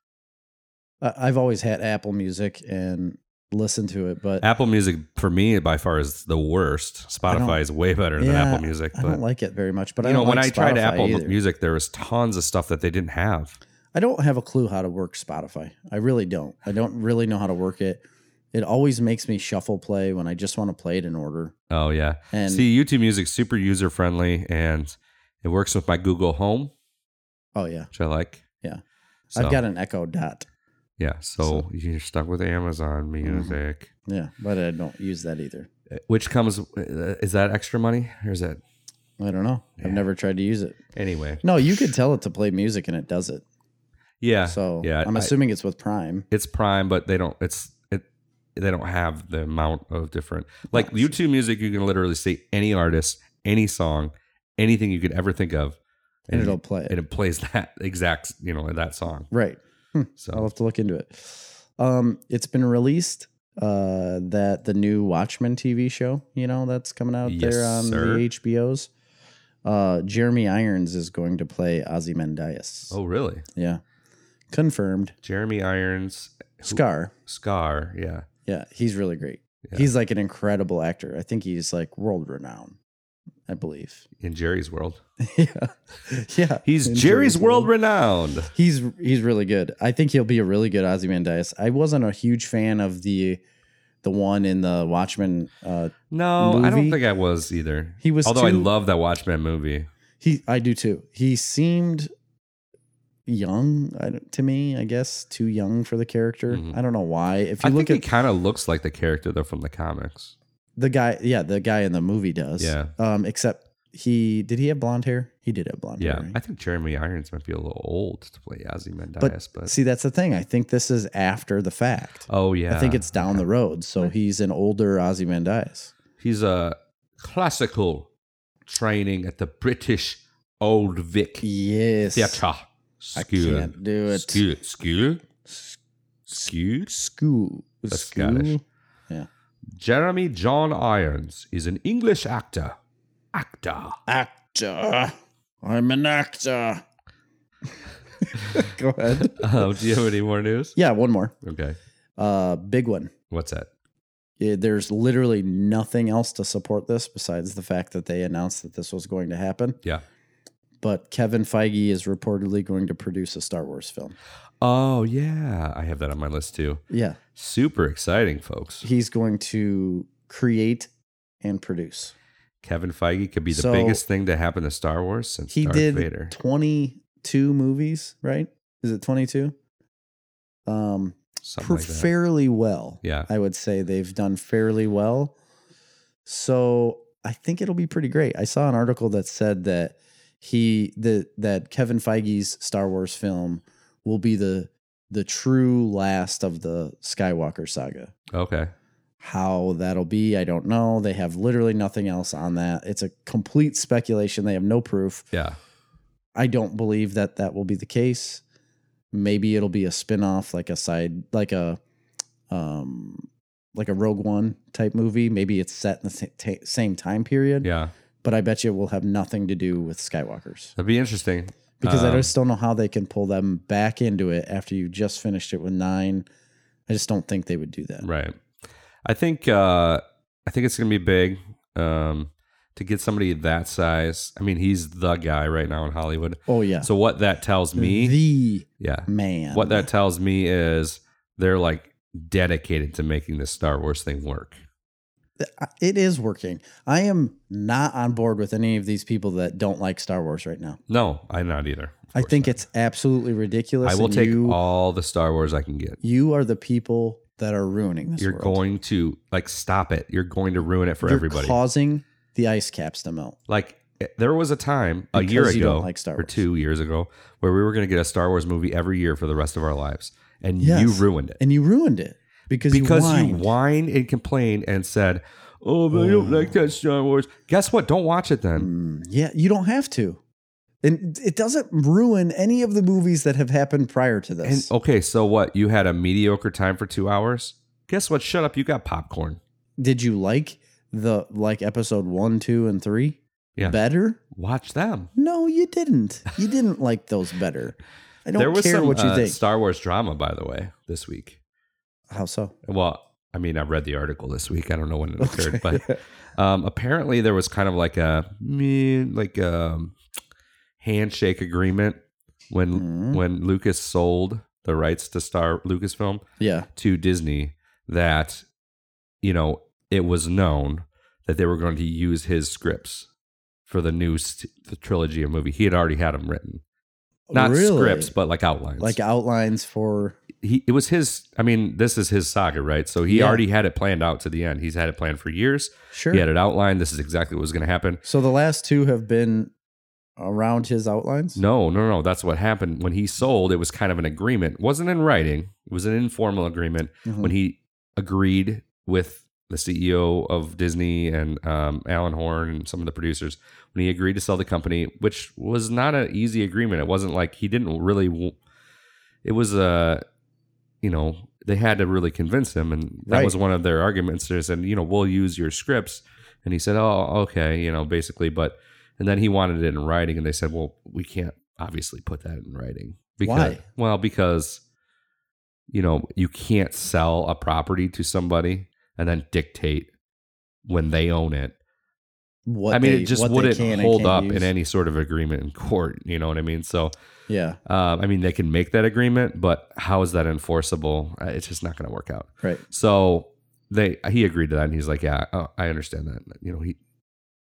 I- I've always had Apple Music and listened to it, but
Apple Music for me by far is the worst. Spotify is way better than
Yeah,
Apple Music.
I
but
don't like it very much. But
you
I
know,
don't
when
like
I tried
Spotify
Apple
either.
Music, there was tons of stuff that they didn't have.
I don't have a clue how to work Spotify. I really don't. I don't really know how to work it. It always makes me shuffle play when I just want to play it in order.
Oh yeah.
And
See, YouTube Music's super user friendly, and it works with my Google Home,
oh yeah,
which I like.
Yeah.
So,
I've got an Echo Dot.
yeah. So,
so-
you're stuck with Amazon Music, eh,
Yeah, but I don't use that either.
which comes eh, is that extra money or is that
I don't know.
Yeah.
I've never tried to use it.
anyway?
No, you could tell it to play music and it does it.
Yeah.
So
yeah,
I'm
I-
assuming it's with Prime.
it's Prime, but they don't. It's it. They don't have the amount of different like YouTube Music. You can literally say any artist, any song, anything you could ever think of,
and it'll play it.
and it plays that exact you know that song.
Right. I'll
So
have to look into it. Um, it's been released uh, that the new Watchmen TV show, you know, that's coming out
Yes,
there on
sir.
the HBOs. Uh, Jeremy Irons is going to play Ozymandias.
oh really?
yeah, confirmed.
Jeremy Irons who-
Scar.
Scar, yeah.
Yeah, he's really great.
Yeah.
He's like an incredible actor. I think he's like world renowned. I believe.
In Jerry's world.
yeah, yeah.
He's
In
Jerry's world renowned.
He's he's really good. I think he'll be a really good Ozymandias. I wasn't a huge fan of the the one in the Watchmen. Uh,
No, I don't
Movie?
think I was either.
he was
Although I
too-
love that Watchmen movie.
he. I do too. He seemed young I don't- to me. I guess too young for the character.
Mhm.
I don't know why. If
I
you
think
look
he
at
kind of looks like the character though from the comics.
the guy, yeah, the guy in the movie does.
Yeah.
Um, except he did he have blonde hair? He did have blonde
Yeah,
hair. right?
I think Jeremy Irons might be a little old to play Ozymandias, but,
See, that's the thing. I think this is after the fact.
oh yeah,
I think it's down the road. So he's an older Ozymandias.
he's a classical training at the British Old Vic
Yes.
Theatre
I
School.
can't do it.
School, school, school.
School.
That's
School.
Scottish.
Yeah.
Jeremy John Irons is an English actor. Actor.
Actor. I'm an actor. Go ahead.
Um, do you have any more news?
Yeah, one more.
Okay.
Uh, big one.
What's that?
Yeah, There's literally nothing else to support this besides the fact that they announced that this was going to happen.
Yeah.
But Kevin Feige is reportedly going to produce a Star Wars film.
Oh, yeah. I have that on my list too.
Yeah.
Super exciting, folks.
He's going to create and produce.
Kevin Feige could be the
So-
biggest thing to happen to Star Wars since
he
Darth
did
Vader.
22 movies right is it 22 um
Something
per-
like that.
fairly well
Yeah.
i would say they've done fairly well so i think it'll be pretty great i saw an article that said that he the that kevin feige's star wars film will be the the true last of the Skywalker saga.
Okay.
How that'll be, I don't know. They have literally nothing else on that. It's a complete speculation. They have no proof.
Yeah.
I don't believe that that will be the case. Maybe it'll be a spin-off like a side like a um like a Rogue One type movie. Maybe it's set in the sa- ta- same time period,
Yeah.
but I bet you it will have nothing to do with Skywalkers
That'd be interesting.
because I
Um,
just don't know how they can pull them back into it after you just finished it with 9. I just don't think they would do that.
Right. I think uh I think it's gonna be big. Um to get somebody that size. I mean, he's the guy right now in Hollywood.
Oh yeah.
So what that tells me
the
Yeah.
man.
What that tells me is they're like dedicated to making this Star Wars thing work.
it is working. I am not on board with any of these people that don't like Star Wars right now.
No, I'm not either. Of
I
course
think
not.
it's absolutely ridiculous.
I will
and
take
you,
all the Star Wars I can get.
you are the people that are ruining this.
You're
world.
going to like stop it. You're going to ruin it for
You're
everybody.
causing the ice caps to melt.
like eh, there was a time a
Because
year
you don't
ago
like Star
or
Wars.
two years ago where we were going to get a Star Wars movie every year for the rest of our lives, and you
Yes.
ruined it
And you ruined it because
because
you,
you
whined.
whined and complained and said, "Oh, but I don't like that Star Wars." Guess what? Don't watch it then.
Mm, yeah, you don't have to. And it doesn't ruin any of the movies that have happened prior to
And oh
this.
okay, so what? You had a mediocre time for two hours. Guess what? Shut up. You got popcorn.
Did you like the like episode one, two, and three
Yeah.
better?
Watch them.
No, you didn't. You didn't like those better. I don't
There was
care
some
what you
uh,
think.
Star Wars drama, by the way, this week.
How so?
Well, I mean, I read the article this week. I don't know when it occurred, but um, apparently there was kind of like a meh, like um handshake agreement when
Mhm.
when Lucas sold the rights to Star Lucasfilm
Yeah.
to Disney that you know it was known that they were going to use his scripts for the new st- the trilogy of movie. He had already had them written, not
Oh, Really?
scripts, but like outlines.
like outlines for
he it was his i mean this is his saga right so he
Yeah.
already had it planned out to the end he's had it planned for years
sure.
he had it outlined this is exactly what was going to happen
So the last two have been around his outlines.
no no no that's what happened when he sold it was kind of an agreement It wasn't in writing it was an informal agreement
Mhm.
when he agreed with the ceo of disney and um, alan horn and some of the producers when he agreed to sell the company which was not an easy agreement it wasn't like he didn't really w- it was a you know they had to really convince him and that
Right.
was one of their arguments they said you know we'll use your scripts and he said oh okay you know basically but and then he wanted it in writing and they said well we can't obviously put that in writing because
Why?
well because you know you can't sell a property to somebody and then dictate when they own it
What
i mean
they-
it just
what they
wouldn't
can and
hold
can't
up
use.
in any sort of agreement in court you know what i mean so
Yeah.
um, I mean, they can make that agreement, but how is that enforceable? Uh, It's just not going to work out.
Right.
So they he agreed to that, and he's like, "Yeah, oh, I understand that." You know, he,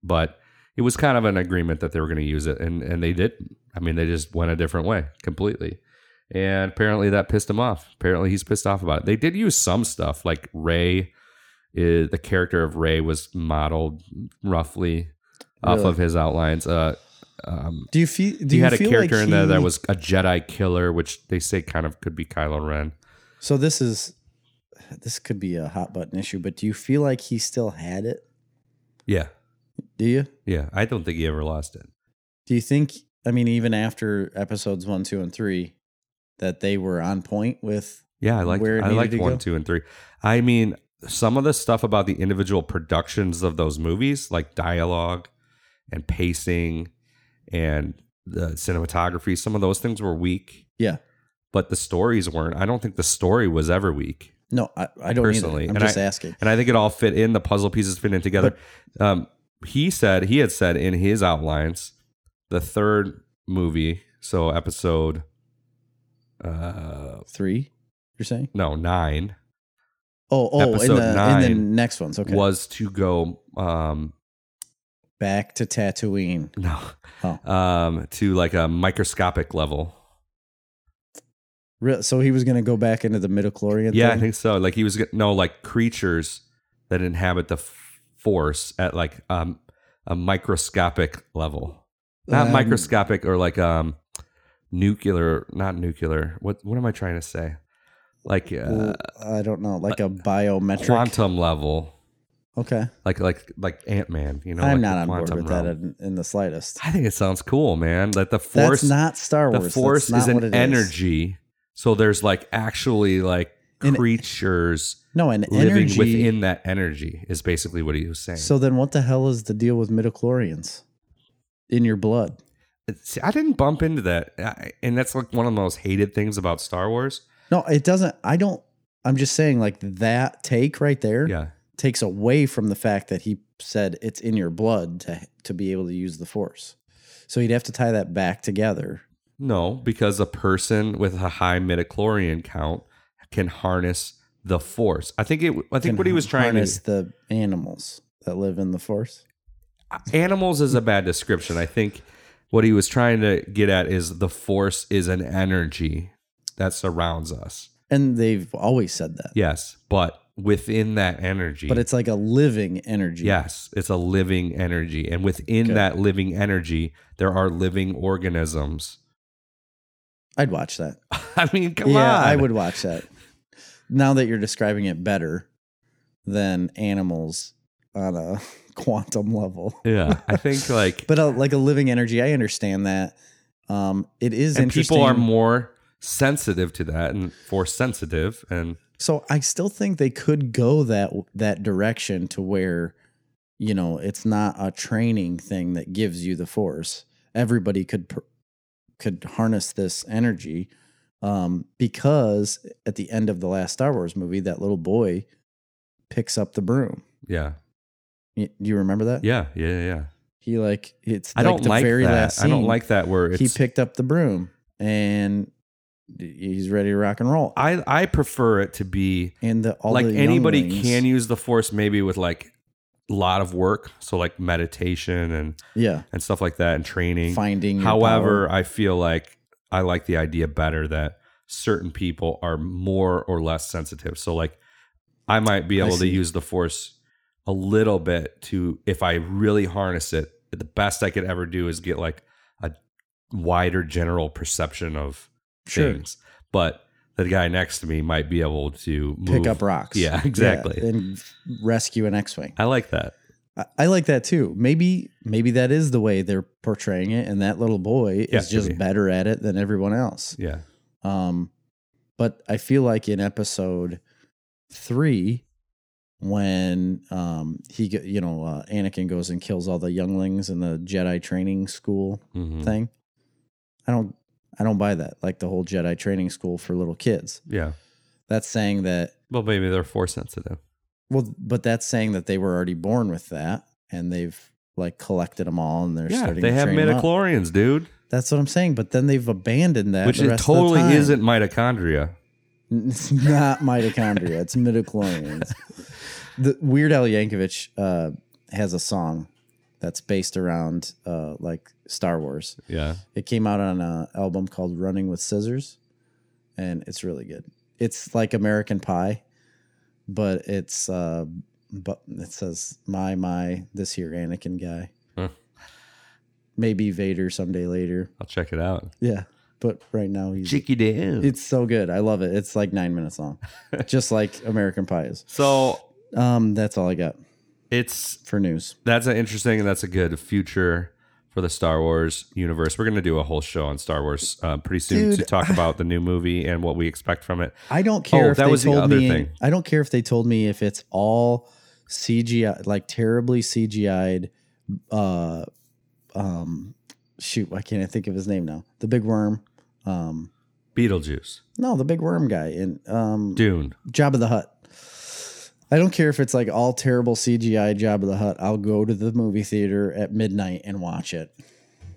but it was kind of an agreement that they were going to use it, and and they didn't. I mean, they just went a different way completely, and apparently that pissed him off. Apparently he's pissed off about it. They did use some stuff like Ray, is the character of Ray was modeled roughly off
Really?
of his outlines. Uh, um,
Do you feel? Do
he
you
had a
feel
character
like
in there
he-
that was a Jedi killer, which they say kind of could be Kylo Ren.
So this is, this could be a hot button issue. But do you feel like he still had it?
Yeah,
Do you?
yeah. I don't think he ever lost it.
Do you think? I mean, even after episodes one, two, and three, that they were on point with.
Yeah, I like
Where it
I
needed
liked
to
one,
go?
two, and three. I mean, some of the stuff about the individual productions of those movies, like dialogue and pacing and the cinematography, some of those things were weak.
Yeah.
but the stories weren't. I don't think the story was ever weak.
No, I, I don't
Personally,
Either. I'm
and
just
I-
asking.
and I think it all fit in. The puzzle pieces fit in together. um, he said he had said in his outlines, the third movie, so episode, uh,
Three, you're saying?
no nine,
Oh, oh, in
Episode
the in the
nine
next ones. Okay,
was to go um
back to Tatooine.
no
Oh.
um to like a microscopic level.
Re- So he was going to go back into the midichlorian
Yeah, I
thing?
think so. Like he was g- no like creatures that inhabit the f- force at like um a microscopic level, not
Um,
microscopic or like um nuclear, not nuclear. What what am I trying to say? Like uh,
I don't know, like a biometric.
quantum level,
Okay,
like like like Ant Man. You know,
I'm
like
not
the
on board
quantum
with
realm.
that in, in the slightest.
I think it sounds cool, man. That the
That's
force,
not Star Wars.
the force
That's
is
not what it
an energy. So there's like actually like
An-
creatures
No, an
living
energy.
within that energy is basically what he was saying.
So then, what the hell is the deal with midichlorians in your blood?
See, I didn't bump into that, I, and that's like one of the most hated things about Star Wars.
No, it doesn't. I don't. I'm just saying, like that take right there
Yeah,
takes away from the fact that he said it's in your blood to to be able to use the force. So you'd have to tie that back together.
no, because a person with a high midichlorian count can harness the Force. I think it. I think
Can
what he was trying
harness
to
the animals that live in the force.
animals is a bad description. I think what he was trying to get at is the Force is an energy that surrounds us.
And they've always said that.
Yes, but within that energy,
But it's like a living energy.
Yes, it's a living energy. And within
Okay.
that living energy, there are living organisms.
I'd watch that.
I mean, come
yeah,
on.
I would watch that. Now that you're describing it better than animals on a quantum level.
Yeah, I think like
But uh like a living energy, I understand that. Um, it is
and
interesting.
people are more sensitive to that and force sensitive and
so I still think they could go that that direction to where, you know, it's not a training thing that gives you the force. Everybody could pr- could harness this energy, um, because at the end of the last Star Wars movie, that little boy picks up the broom.
yeah,
Y- Do you remember that?
yeah, yeah, yeah. yeah.
He like it's
I
like
don't
the
like
very
that.
last
I don't
scene,
like that where it's.
he picked up the broom and he's ready to rock and roll.
I I prefer it to be
and the all
like
the
anybody
younglings-
can use the force maybe with like a lot of work, so like meditation and
yeah
and stuff like that and training.
finding. your
However,
power.
I feel like I like the idea better that certain people are more or less sensitive. So like I might be
I
able to
see.
use the force a little bit to if I really harness it, the best I could ever do is get like a wider general perception of
Sure.
things. But the guy next to me might be able to move.
pick up rocks.
Yeah, exactly.
and rescue an X-wing.
I like that.
I, I like that too. Maybe maybe that is the way they're portraying it, and that little boy
Yeah,
is just
could be.
better at it than everyone else.
Yeah.
Um, but I feel like in episode three, when um he go- you know uh, Anakin goes and kills all the younglings in the Jedi training school
Mhm.
thing, I don't I don't buy that. Like the whole Jedi training school for little kids.
Yeah.
That's saying that
Well, maybe they're force sensitive.
Well, but that's saying that they were already born with that, and they've like collected them all, and they're
yeah,
starting.
they
to
have
train 'em up.
midichlorians, dude,
That's what I'm saying. But then they've abandoned that,
which
the
it
rest of the
totally
time.
isn't mitochondria.
It's not mitochondria. it's midichlorians. The Weird Al Yankovic uh, has a song that's based around uh, like Star Wars.
Yeah.
It came out on an album called Running with Scissors, and it's really good. It's like American Pie, but it's uh, but it says my my this here Anakin guy,
Huh.
maybe Vader someday later.
I'll check it out.
Yeah, but right now he's
Cheeky damn.
it's so good. I love it. It's like nine minutes long, just like American Pie is.
So
Um, that's all I got
it's
for news.
that's an interesting and that's a good future for the Star Wars universe. We're gonna do a whole show on Star Wars uh, pretty soon to
Dude,
talk about the new movie and what we expect from it.
I don't care
Oh,
if
that
they
was the
told
other
me.
thing.
I don't care if they told me if it's all CGI, like terribly CGI'd. Uh, um, shoot, why can't I think of his name now? The big worm. Um,
Beetlejuice,
no, the big worm guy in um,
Dune.
Job of the Hut. I don't care if it's like all terrible CGI Job of the Hut. I'll go to the movie theater at midnight and watch it.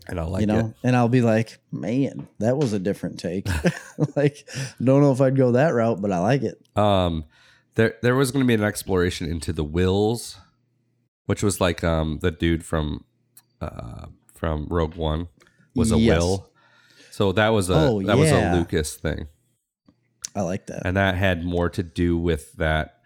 And I like
you know,
it.
and I'll be like, man, that was a different take. like, don't know if I'd go that route, but I like it.
Um, there there was going to be an exploration into the Wills, which was like um the dude from uh from Rogue One was a
Yes.
Will, so that was a
Oh,
that was a
yeah.
Lucas thing,
I like that.
and that had more to do with that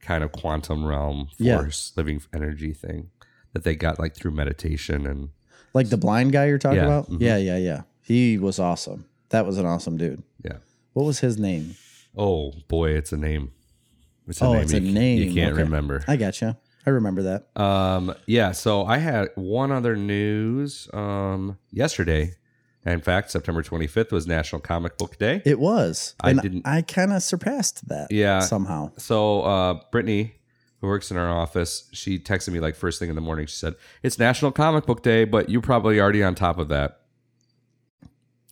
kind of quantum realm
Yeah.
force living energy thing that they got like through meditation and
like the blind guy you're talking
Yeah,
about?
mhm.
Yeah, yeah, yeah. He was awesome. That was an awesome dude.
Yeah.
What was his name?
Oh boy, it's a name. It's
Oh, it's a
you,
name.
You can't
Okay.
remember.
I gotcha. I remember that.
Um, yeah, so I had one other news um, yesterday. In fact, September 25th was National Comic Book Day.
It was.
I
and
didn't-
I kind of surpassed that.
Yeah.
Somehow.
So uh, Brittany, who works in our office, she texted me like first thing in the morning. She said, "It's National Comic Book Day, but you're probably already on top of that."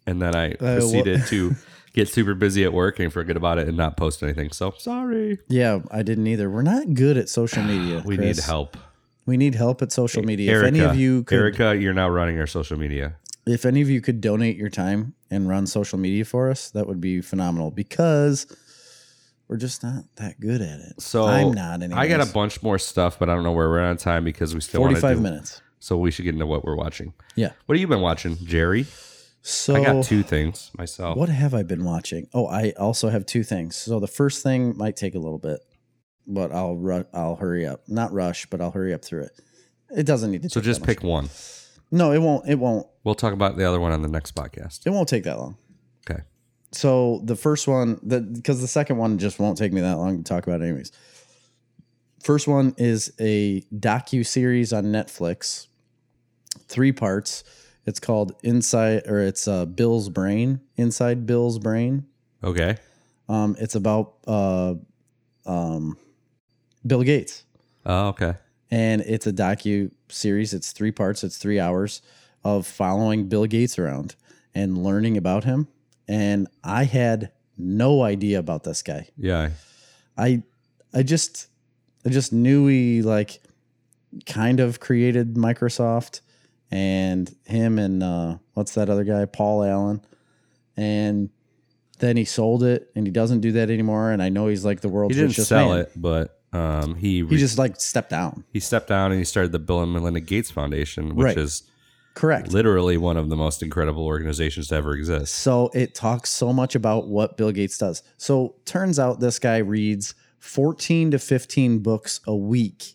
And then I
well-
proceeded to get super busy at work and forget about it and not post anything. So sorry,
Yeah, I didn't either. We're not good at social media.
we
Chris.
need help. E-
We need help at social media. if any of you could,
Erica, you're now running our social media.
if any of you could donate your time and run social media for us, that would be phenomenal because we're just not that good at it.
So
I'm not anymore.
I got a bunch more stuff, but I don't know where we're on time because we still want to
45
do.
minutes.
So we should get into what we're watching.
Yeah.
What have you been watching, Jerry?
So
I got two things myself.
What have I been watching? Oh, I also have two things. So the first thing might take a little bit, but I'll ru- I'll hurry up. Not rush, but I'll hurry up through it. It doesn't need to.
So
take
just
that
pick one.
much. No, it won't. It won't.
We'll talk about the other one on the next podcast.
It won't take that long.
Okay.
So the first one, the because the second one just won't take me that long to talk about, anyways. First one is a docu series on Netflix, three parts. It's called Inside, or it's uh, Bill's Brain, Inside Bill's Brain.
Okay.
Um, it's about uh, um, Bill Gates,
Oh, okay.
and it's a docu series. It's three parts. It's three hours of following Bill Gates around and learning about him. And I had no idea about this guy.
Yeah.
I, I just, I just knew he like, kind of created Microsoft, and him and uh, what's that other guy, Paul Allen, and. Then he sold it, and he doesn't do that anymore. And I know he's like the
He
world's
didn't
richest
sell
man.
it, but um, he
He
re-
just like stepped down.
he stepped down and he started the Bill and Melinda Gates Foundation, which
Right.
is
Correct.
literally one of the most incredible organizations to ever exist.
So it talks so much about what Bill Gates does. So turns out this guy reads 14 to 15 books a week.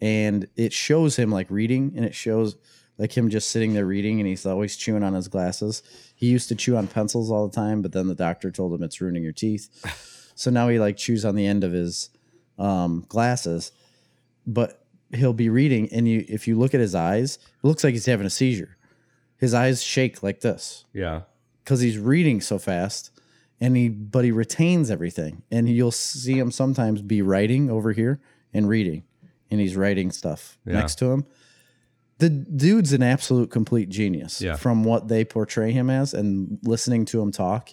And it shows him like reading and it shows like him just sitting there reading and he's always chewing on his glasses. He used to chew on pencils all the time, but then the doctor told him it's ruining your teeth. So now he like chews on the end of his um, glasses. But he'll be reading and you if you look at his eyes, it looks like he's having a seizure. His eyes shake like this
Yeah.
because he's reading so fast and he but he retains everything and you'll see him sometimes be writing over here and reading and he's writing stuff
Yeah.
next to him the dude's an absolute complete genius
Yeah.
from what they portray him as and listening to him talk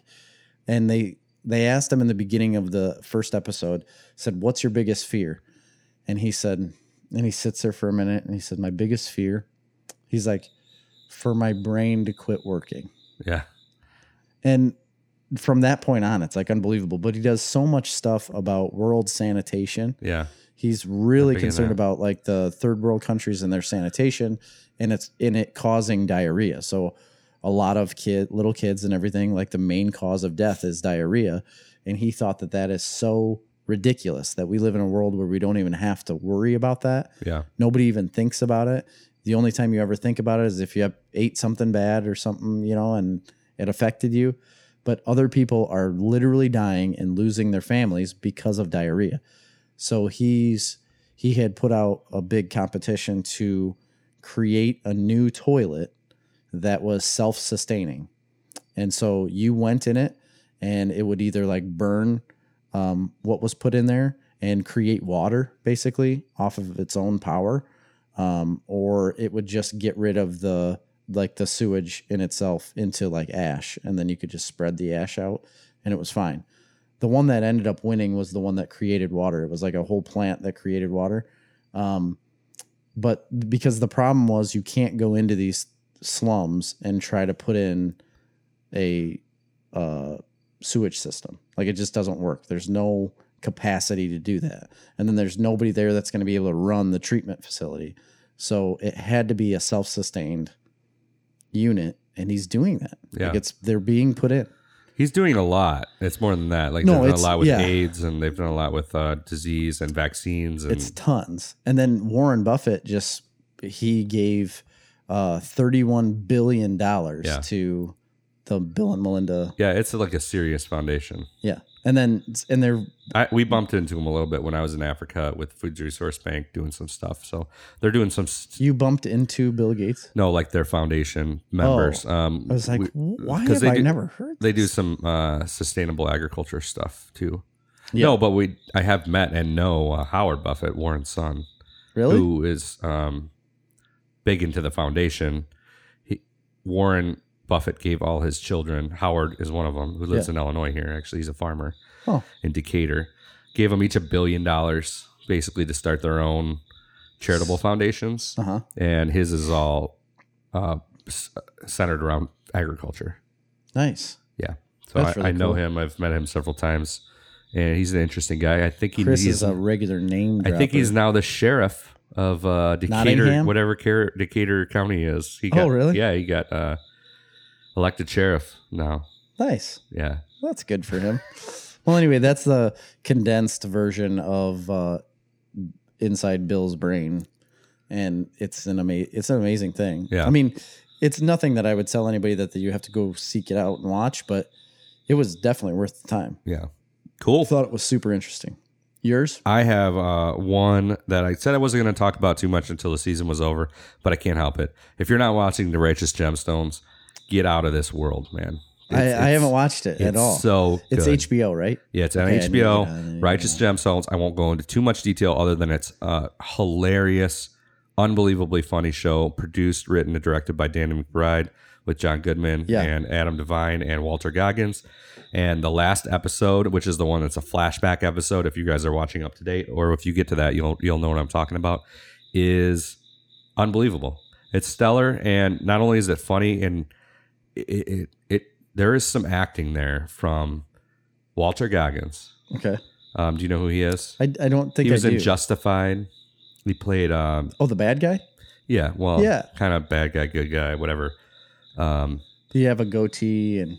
and they they asked him in the beginning of the first episode said what's your biggest fear and he said and he sits there for a minute and he said my biggest fear he's like for my brain to quit working
Yeah.
and from that point on, it's like unbelievable. But he does so much stuff about world sanitation.
Yeah.
He's really
Big in
concerned
that.
about like the third world countries and their sanitation, and it's in it causing diarrhea. So a lot of kid, little kids, and everything like the main cause of death is diarrhea, and he thought that that is so ridiculous that we live in a world where we don't even have to worry about that.
Yeah.
Nobody even thinks about it. The only time you ever think about it is if you have, ate something bad or something, you know, and it affected you. But other people are literally dying and losing their families because of diarrhea. So he's he had put out a big competition to create a new toilet that was self-sustaining. And so you went in it and it would either like burn um, what was put in there and create water basically off of its own power um, or it would just get rid of the like the sewage in itself into like ash and then you could just spread the ash out and it was fine the one that ended up winning was the one that created water it was like a whole plant that created water um, but because the problem was you can't go into these slums and try to put in a uh, sewage system. Like it just doesn't work. There's no capacity to do that. And then there's nobody there that's going to be able to run the treatment facility. So it had to be a self-sustained unit and he's doing that.
Yeah.
Like it's they're being put in.
He's doing a lot. It's more than that. Like
No,
they've done a
it's-
lot with
yeah.
AIDS and they've done a lot with uh, disease and vaccines and
It's tons. And then Warren Buffett just he gave uh 31 billion dollars
Yeah.
to the Bill and Melinda.
Yeah, it's like a serious foundation.
Yeah, and then and they're
I, we bumped into them a little bit when I was in Africa with Food Resource Bank doing some stuff. So they're doing some s
you bumped into Bill Gates.
no, like their foundation members. um,
Oh. I was like,
we-
why
'cause
have
they
I
do-
never heard?
they do
this?
some uh, sustainable agriculture stuff too.
Yeah.
No, but we I have met and know uh, Howard Buffett, Warren's son,
really.
who is um, big into the foundation. He, Warren Buffett gave all his children. Howard is one of them who lives in Illinois here. Actually, he's a farmer
Oh.
in Decatur. Gave them each a billion dollars basically to start their own charitable foundations,
Uh huh.
and his is all uh, s- centered around agriculture.
Nice.
So I,
That's really
I know
cool.
him. I've met him several times, and he's an interesting guy. I think he,
Chris
he's
is a regular name.
I think
dropper.
he's now the sheriff of uh, Decatur,
Nottingham?
whatever car- Decatur County is. He
Oh,
got,
really?
Yeah, he got uh, elected sheriff now.
nice.
Yeah,
Well, that's good for him. well, anyway, that's the condensed version of uh, inside Bill's brain, and it's an ama- it's an amazing thing.
Yeah.
I mean, it's nothing that I would tell anybody that, that you have to go seek it out and watch, but it was definitely worth the time.
yeah,
I
cool.
thought it was super interesting. Yours?
I have uh, one that I said I wasn't going to talk about too much until the season was over, but I can't help it. If you're not watching The Righteous Gemstones, get out of this world, man.
I,
It's-
I haven't
it's-
watched it at
it's
all.
So
it's
good.
HBO, right?
Yeah, it's on
Okay, I need to
HBO.
get out of there,
Righteous Gemstones. I won't go into too much detail other than it's a hilarious, unbelievably funny show produced, written, and directed by Danny McBride with John Goodman
Yeah.
and Adam Devine and Walter Goggins. And the last episode, which is the one that's a flashback episode, if you guys are watching up to date, or if you get to that, you'll you'll know what I'm talking about, is unbelievable. It's stellar, and not only is it funny, and it it, it there is some acting there from Walter Goggins.
Okay.
Um, do you know who he is?
I, I don't think
he was
I do.
in Justified. He played, um,
oh, the bad guy?
yeah, well,
Yeah.
kind of bad guy, good guy, whatever. Um,
Do you have a goatee? And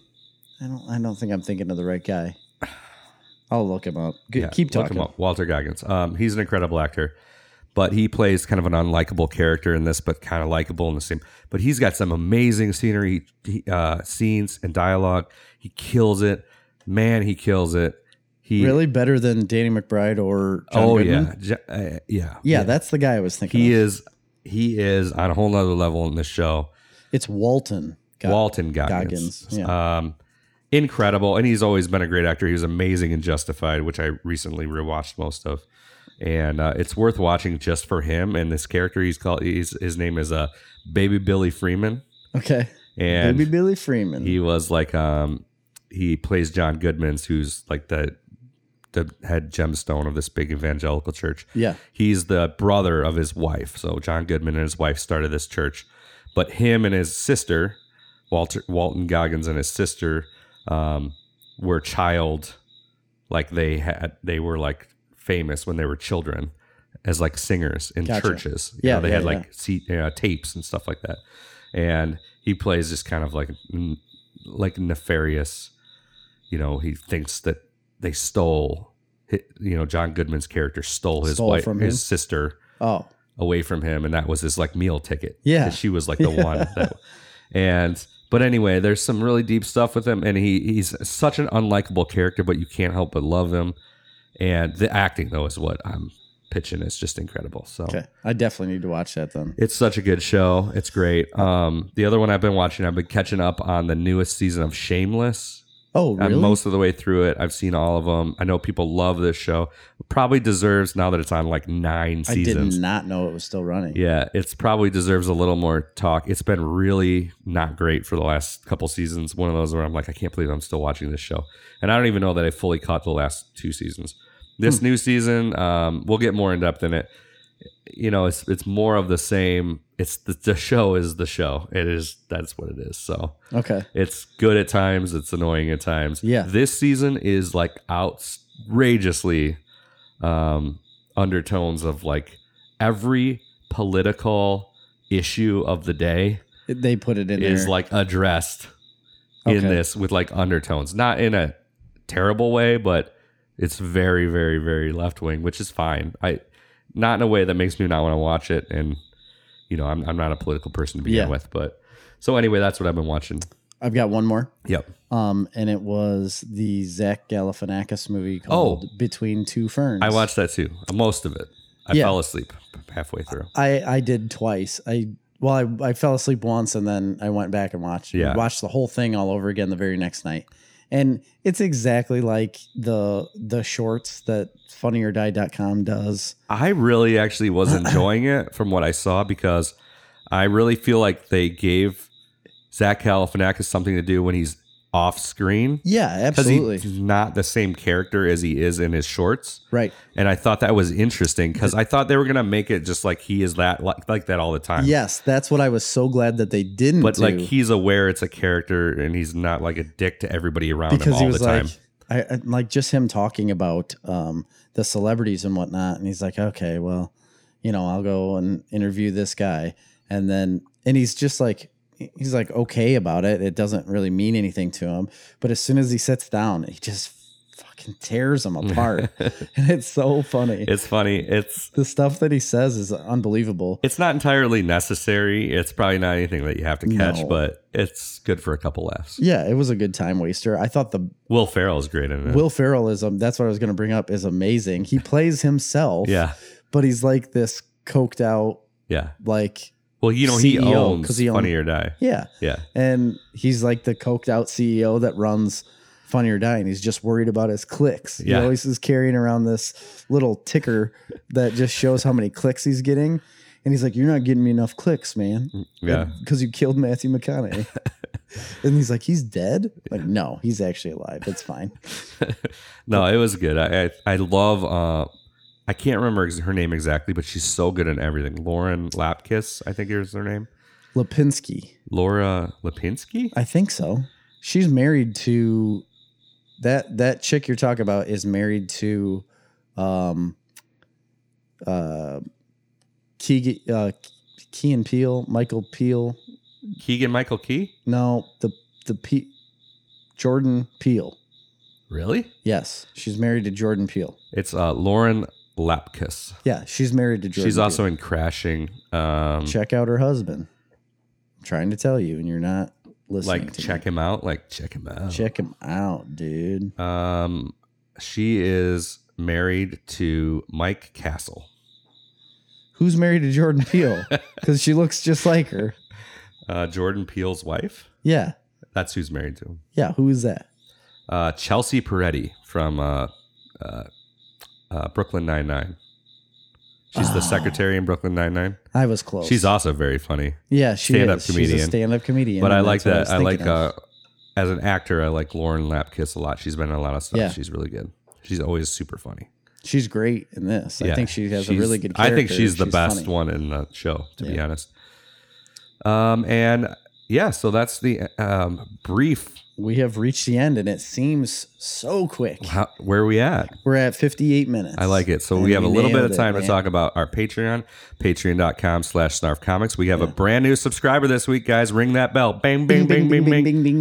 I don't. I don't think I'm thinking of the right guy. I'll look him up. G-
yeah,
keep
look him
talking.
up, Walter Goggins. Um, he's an incredible actor, but he plays kind of an unlikable character in this, but kind of likable in the same. But he's got some amazing scenery, he- uh, scenes, and dialogue. He kills it, man. He kills it. He
Really better than Danny McBride or John
oh
Goodman?
yeah, Ju- uh, yeah, yeah,
yeah, That's the guy I was thinking.
He
of.
is. He is on a whole nother level in this show.
It's Walton. Got-
Walton Goggins.
Goggins, yeah.
Um, incredible. And he's always been a great actor. He was amazing in Justified, which I recently rewatched most of. And uh, it's worth watching just for him and this character. He's called, he's, his name is uh, Baby Billy Freeman.
Okay.
And
Maybe Billy Freeman.
he was like, um, he plays John Goodman's, who's like the, the head gemstone of this big evangelical church
yeah.
he's the brother of his wife. So John Goodman and his wife started this church, but him and his sister, Walter Walton Goggins and his sister, um, were child, like they had they were like famous when they were children as like singers in
Gotcha.
churches. You
Yeah,
know, they
yeah,
had like seat uh, tapes and stuff like that, and he plays this kind of like n- like nefarious. You know, he thinks that they stole. hi- You know, John Goodman's character stole his
Stole
wife,
from him?
his sister,
Oh.
away from him, and that was his like meal ticket.
Yeah.
'Cause she was like the
Yeah.
one. That, and but anyway, there's some really deep stuff with him, and he he's such an unlikable character, but you can't help but love him. And the acting though is what I'm pitching is just incredible. So
Okay. I definitely need to watch that then.
it's such a good show. It's great. Um, the other one I've been watching, I've been catching up on the newest season of Shameless.
Oh, really?
I'm Uh, most of the way through it. I've seen all of them. I know people love this show. Probably deserves now that it's on like nine
I did
seasons.
not know it was still running.
Yeah, it's probably deserves a little more talk. It's been really not great for the last couple seasons. One of those where I'm like, I can't believe I'm still watching this show, and I don't even know that I fully caught the last two seasons. This
Hmm.
new season, um, we'll get more in depth in it. You know, it's it's more of the same. It's the, the show is the show. It is that's what it is. So
Okay.
it's good at times. It's annoying at times.
Yeah.
This season is like outrageously um, undertones of like every political issue of the day
They put it in
is
there.
like addressed in
Okay.
this with like undertones, not in a terrible way, but it's very, very, very left wing, which is fine. I not in a way that makes me not want to watch it, and you know, I'm I'm not a political person to begin
Yeah.
with, but so anyway, that's what I've been watching.
I've got one more.
Yep.
Um, and it was the Zach Galifianakis movie called Between Two Ferns.
Oh. I watched that too. Most of it. I
Yeah.
fell asleep halfway through.
I I did twice. I well, I, I fell asleep once and then I went back and watched.
Yeah.
watched the whole thing all over again the very next night. And it's exactly like the the shorts that funnierdie.com does.
I really actually was enjoying it from what I saw because I really feel like they gave Zach Galifianakis something to do when he's off screen
Yeah,
because
absolutely.
he's not the same character as he is in his shorts.
right.
And I thought that was interesting because I thought they were gonna make it just like he is that like, like that all the time.
Yes, that's what I was so glad that they didn't
but
do
like he's aware it's a character and he's not like a dick to everybody around him
because
all
he was
the
like
time.
I, I like just him talking about um the celebrities and whatnot and he's like okay well you know i'll go and interview this guy and then and he's just like he's like okay about it it doesn't really mean anything to him but as soon as he sits down he just fucking tears him apart and it's so funny
It's funny. It's
the stuff that he says is unbelievable
it's not entirely necessary. It's probably not anything that you have to catch,
No.
but it's good for a couple laughs.
yeah it was a good time waster i thought the
Will Ferrell's great in it.
will ferrell is um, that's what i was going to bring up is amazing he plays himself
yeah,
but he's like this coked out
yeah.
like
Well, you know he
CEO,
owns
E 'cause he owned-
Funny or Die.
yeah
Yeah,
and he's like the coked out ceo that runs funny or die and he's just worried about his clicks
Yeah.
he always is carrying around this little ticker that just shows how many clicks he's getting and he's like you're not getting me enough clicks man
Mm, yeah.
because you killed matthew mcconaughey and he's like he's dead like no he's actually alive it's fine
no, it was good. I I, I love. Uh, I can't remember ex- her name exactly, but she's so good in everything. Lauren Lapkus, I think is her name.
lipinski
Laura Lipinski.
i think so she's married to that that chick you're talking about is married to um uh Keegan uh Key and Peel, Michael Peel.
Keegan Michael Key.
No, the the Pe- Jordan Peel.
Really?
Yes, she's married to Jordan Peel.
It's uh, Lauren Lapkus.
Yeah, she's married to Jordan.
She's also
Peele.
in Crashing. Um,
check out her husband. I'm trying to tell you, and you're not listening.
like
to
check
me.
him out. Like check him out.
check him out, dude.
Um, she is married to Mike Castle.
Who's married to Jordan Peele? Because she looks just like her.
Uh, Jordan Peele's wife.
Yeah.
That's who's married to him.
Yeah, who is that?
Uh, Chelsea Peretti from uh, uh, uh, Brooklyn Nine Nine. She's
Oh.
the secretary in Brooklyn Nine Nine.
I was close.
She's also very funny,
yeah, she
stand-up
is. She's a
comedian.
stand-up comedian.
but
and
I
that's
like
what was
that. I like
thinking of.
uh, as an actor, I like Lauren Lapkus a lot. She's been in a lot of stuff.
Yeah.
She's really good. She's always super funny.
she's great in this. I
Yeah,
think she has a
she's-
really good.
I think
character.
she's the best
funny.
one in the show, to be
Yeah.
honest. Um, and yeah, so that's the um, brief.
We have reached the end, and it seems so quick.
How, where are we at?
We're at 58 minutes.
I like it. So
And
we have a little bit
nailed
of
it,
time to
man.
talk about our Patreon, patreon.com slash snarf comics. We have a brand new subscriber this week, guys. Ring that bell. Bang, bang, bang,
Bing, bing,
bang,
bing,
bang.
bing, bing,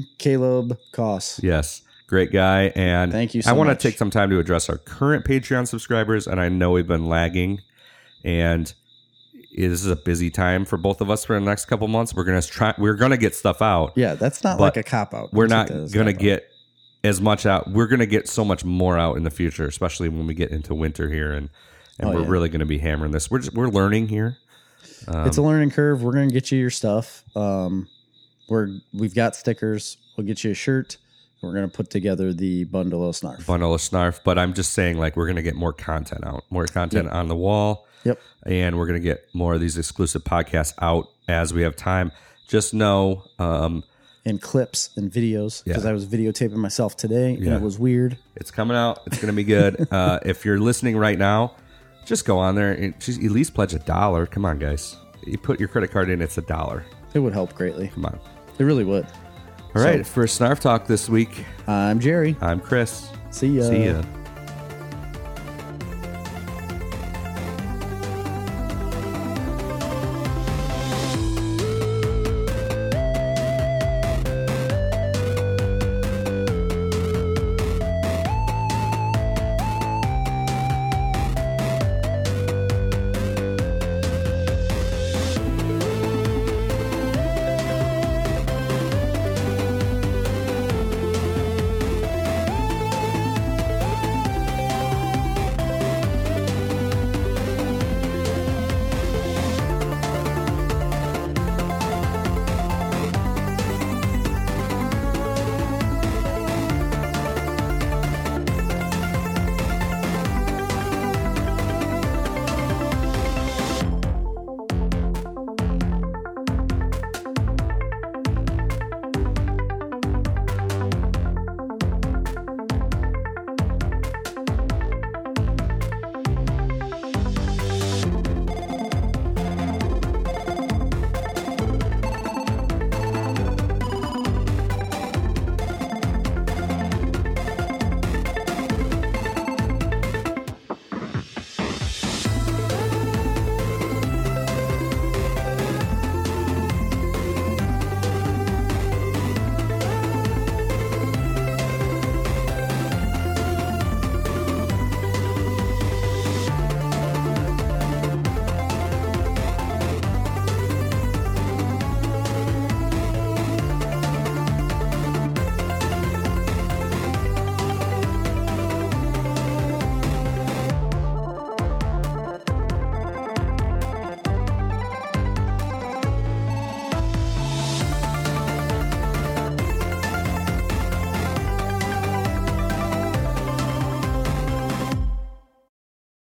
bing. Caleb Koss.
Yes. Great guy. And
Thank you
I
so
want
much.
to take some time to address our current Patreon subscribers. And I know we've been lagging. And this is a busy time for both of us for the next couple months. We're gonna try we're gonna get stuff out.
Yeah, that's not
But
like a cop out.
We're not
That's what that is,
gonna
cop-out.
get as much out. We're gonna get so much more out in the future, especially when we get into winter here and and
Oh,
we're
yeah.
really gonna be hammering this. We're just we're learning here. Um,
it's a learning curve. We're gonna get you your stuff. Um, we're we've got stickers. We'll get you a shirt. We're gonna put together the bundle of snarf.
bundle of snarf, but I'm just saying like we're gonna get more content out, more content on the wall.
Yep.
And we're gonna get more of these exclusive podcasts out as we have time. Just know, um,
and clips and videos because
Yeah.
I was videotaping myself today and
Yeah.
it was weird.
it's coming out. It's gonna be good. uh, if you're listening right now, just go on there and just at least pledge a dollar. Come on, guys. You put your credit card in. It's a dollar.
It would help greatly.
Come on.
It really would.
All right. For snarf talk this week,
I'm Jerry.
I'm Chris.
See ya.
See ya.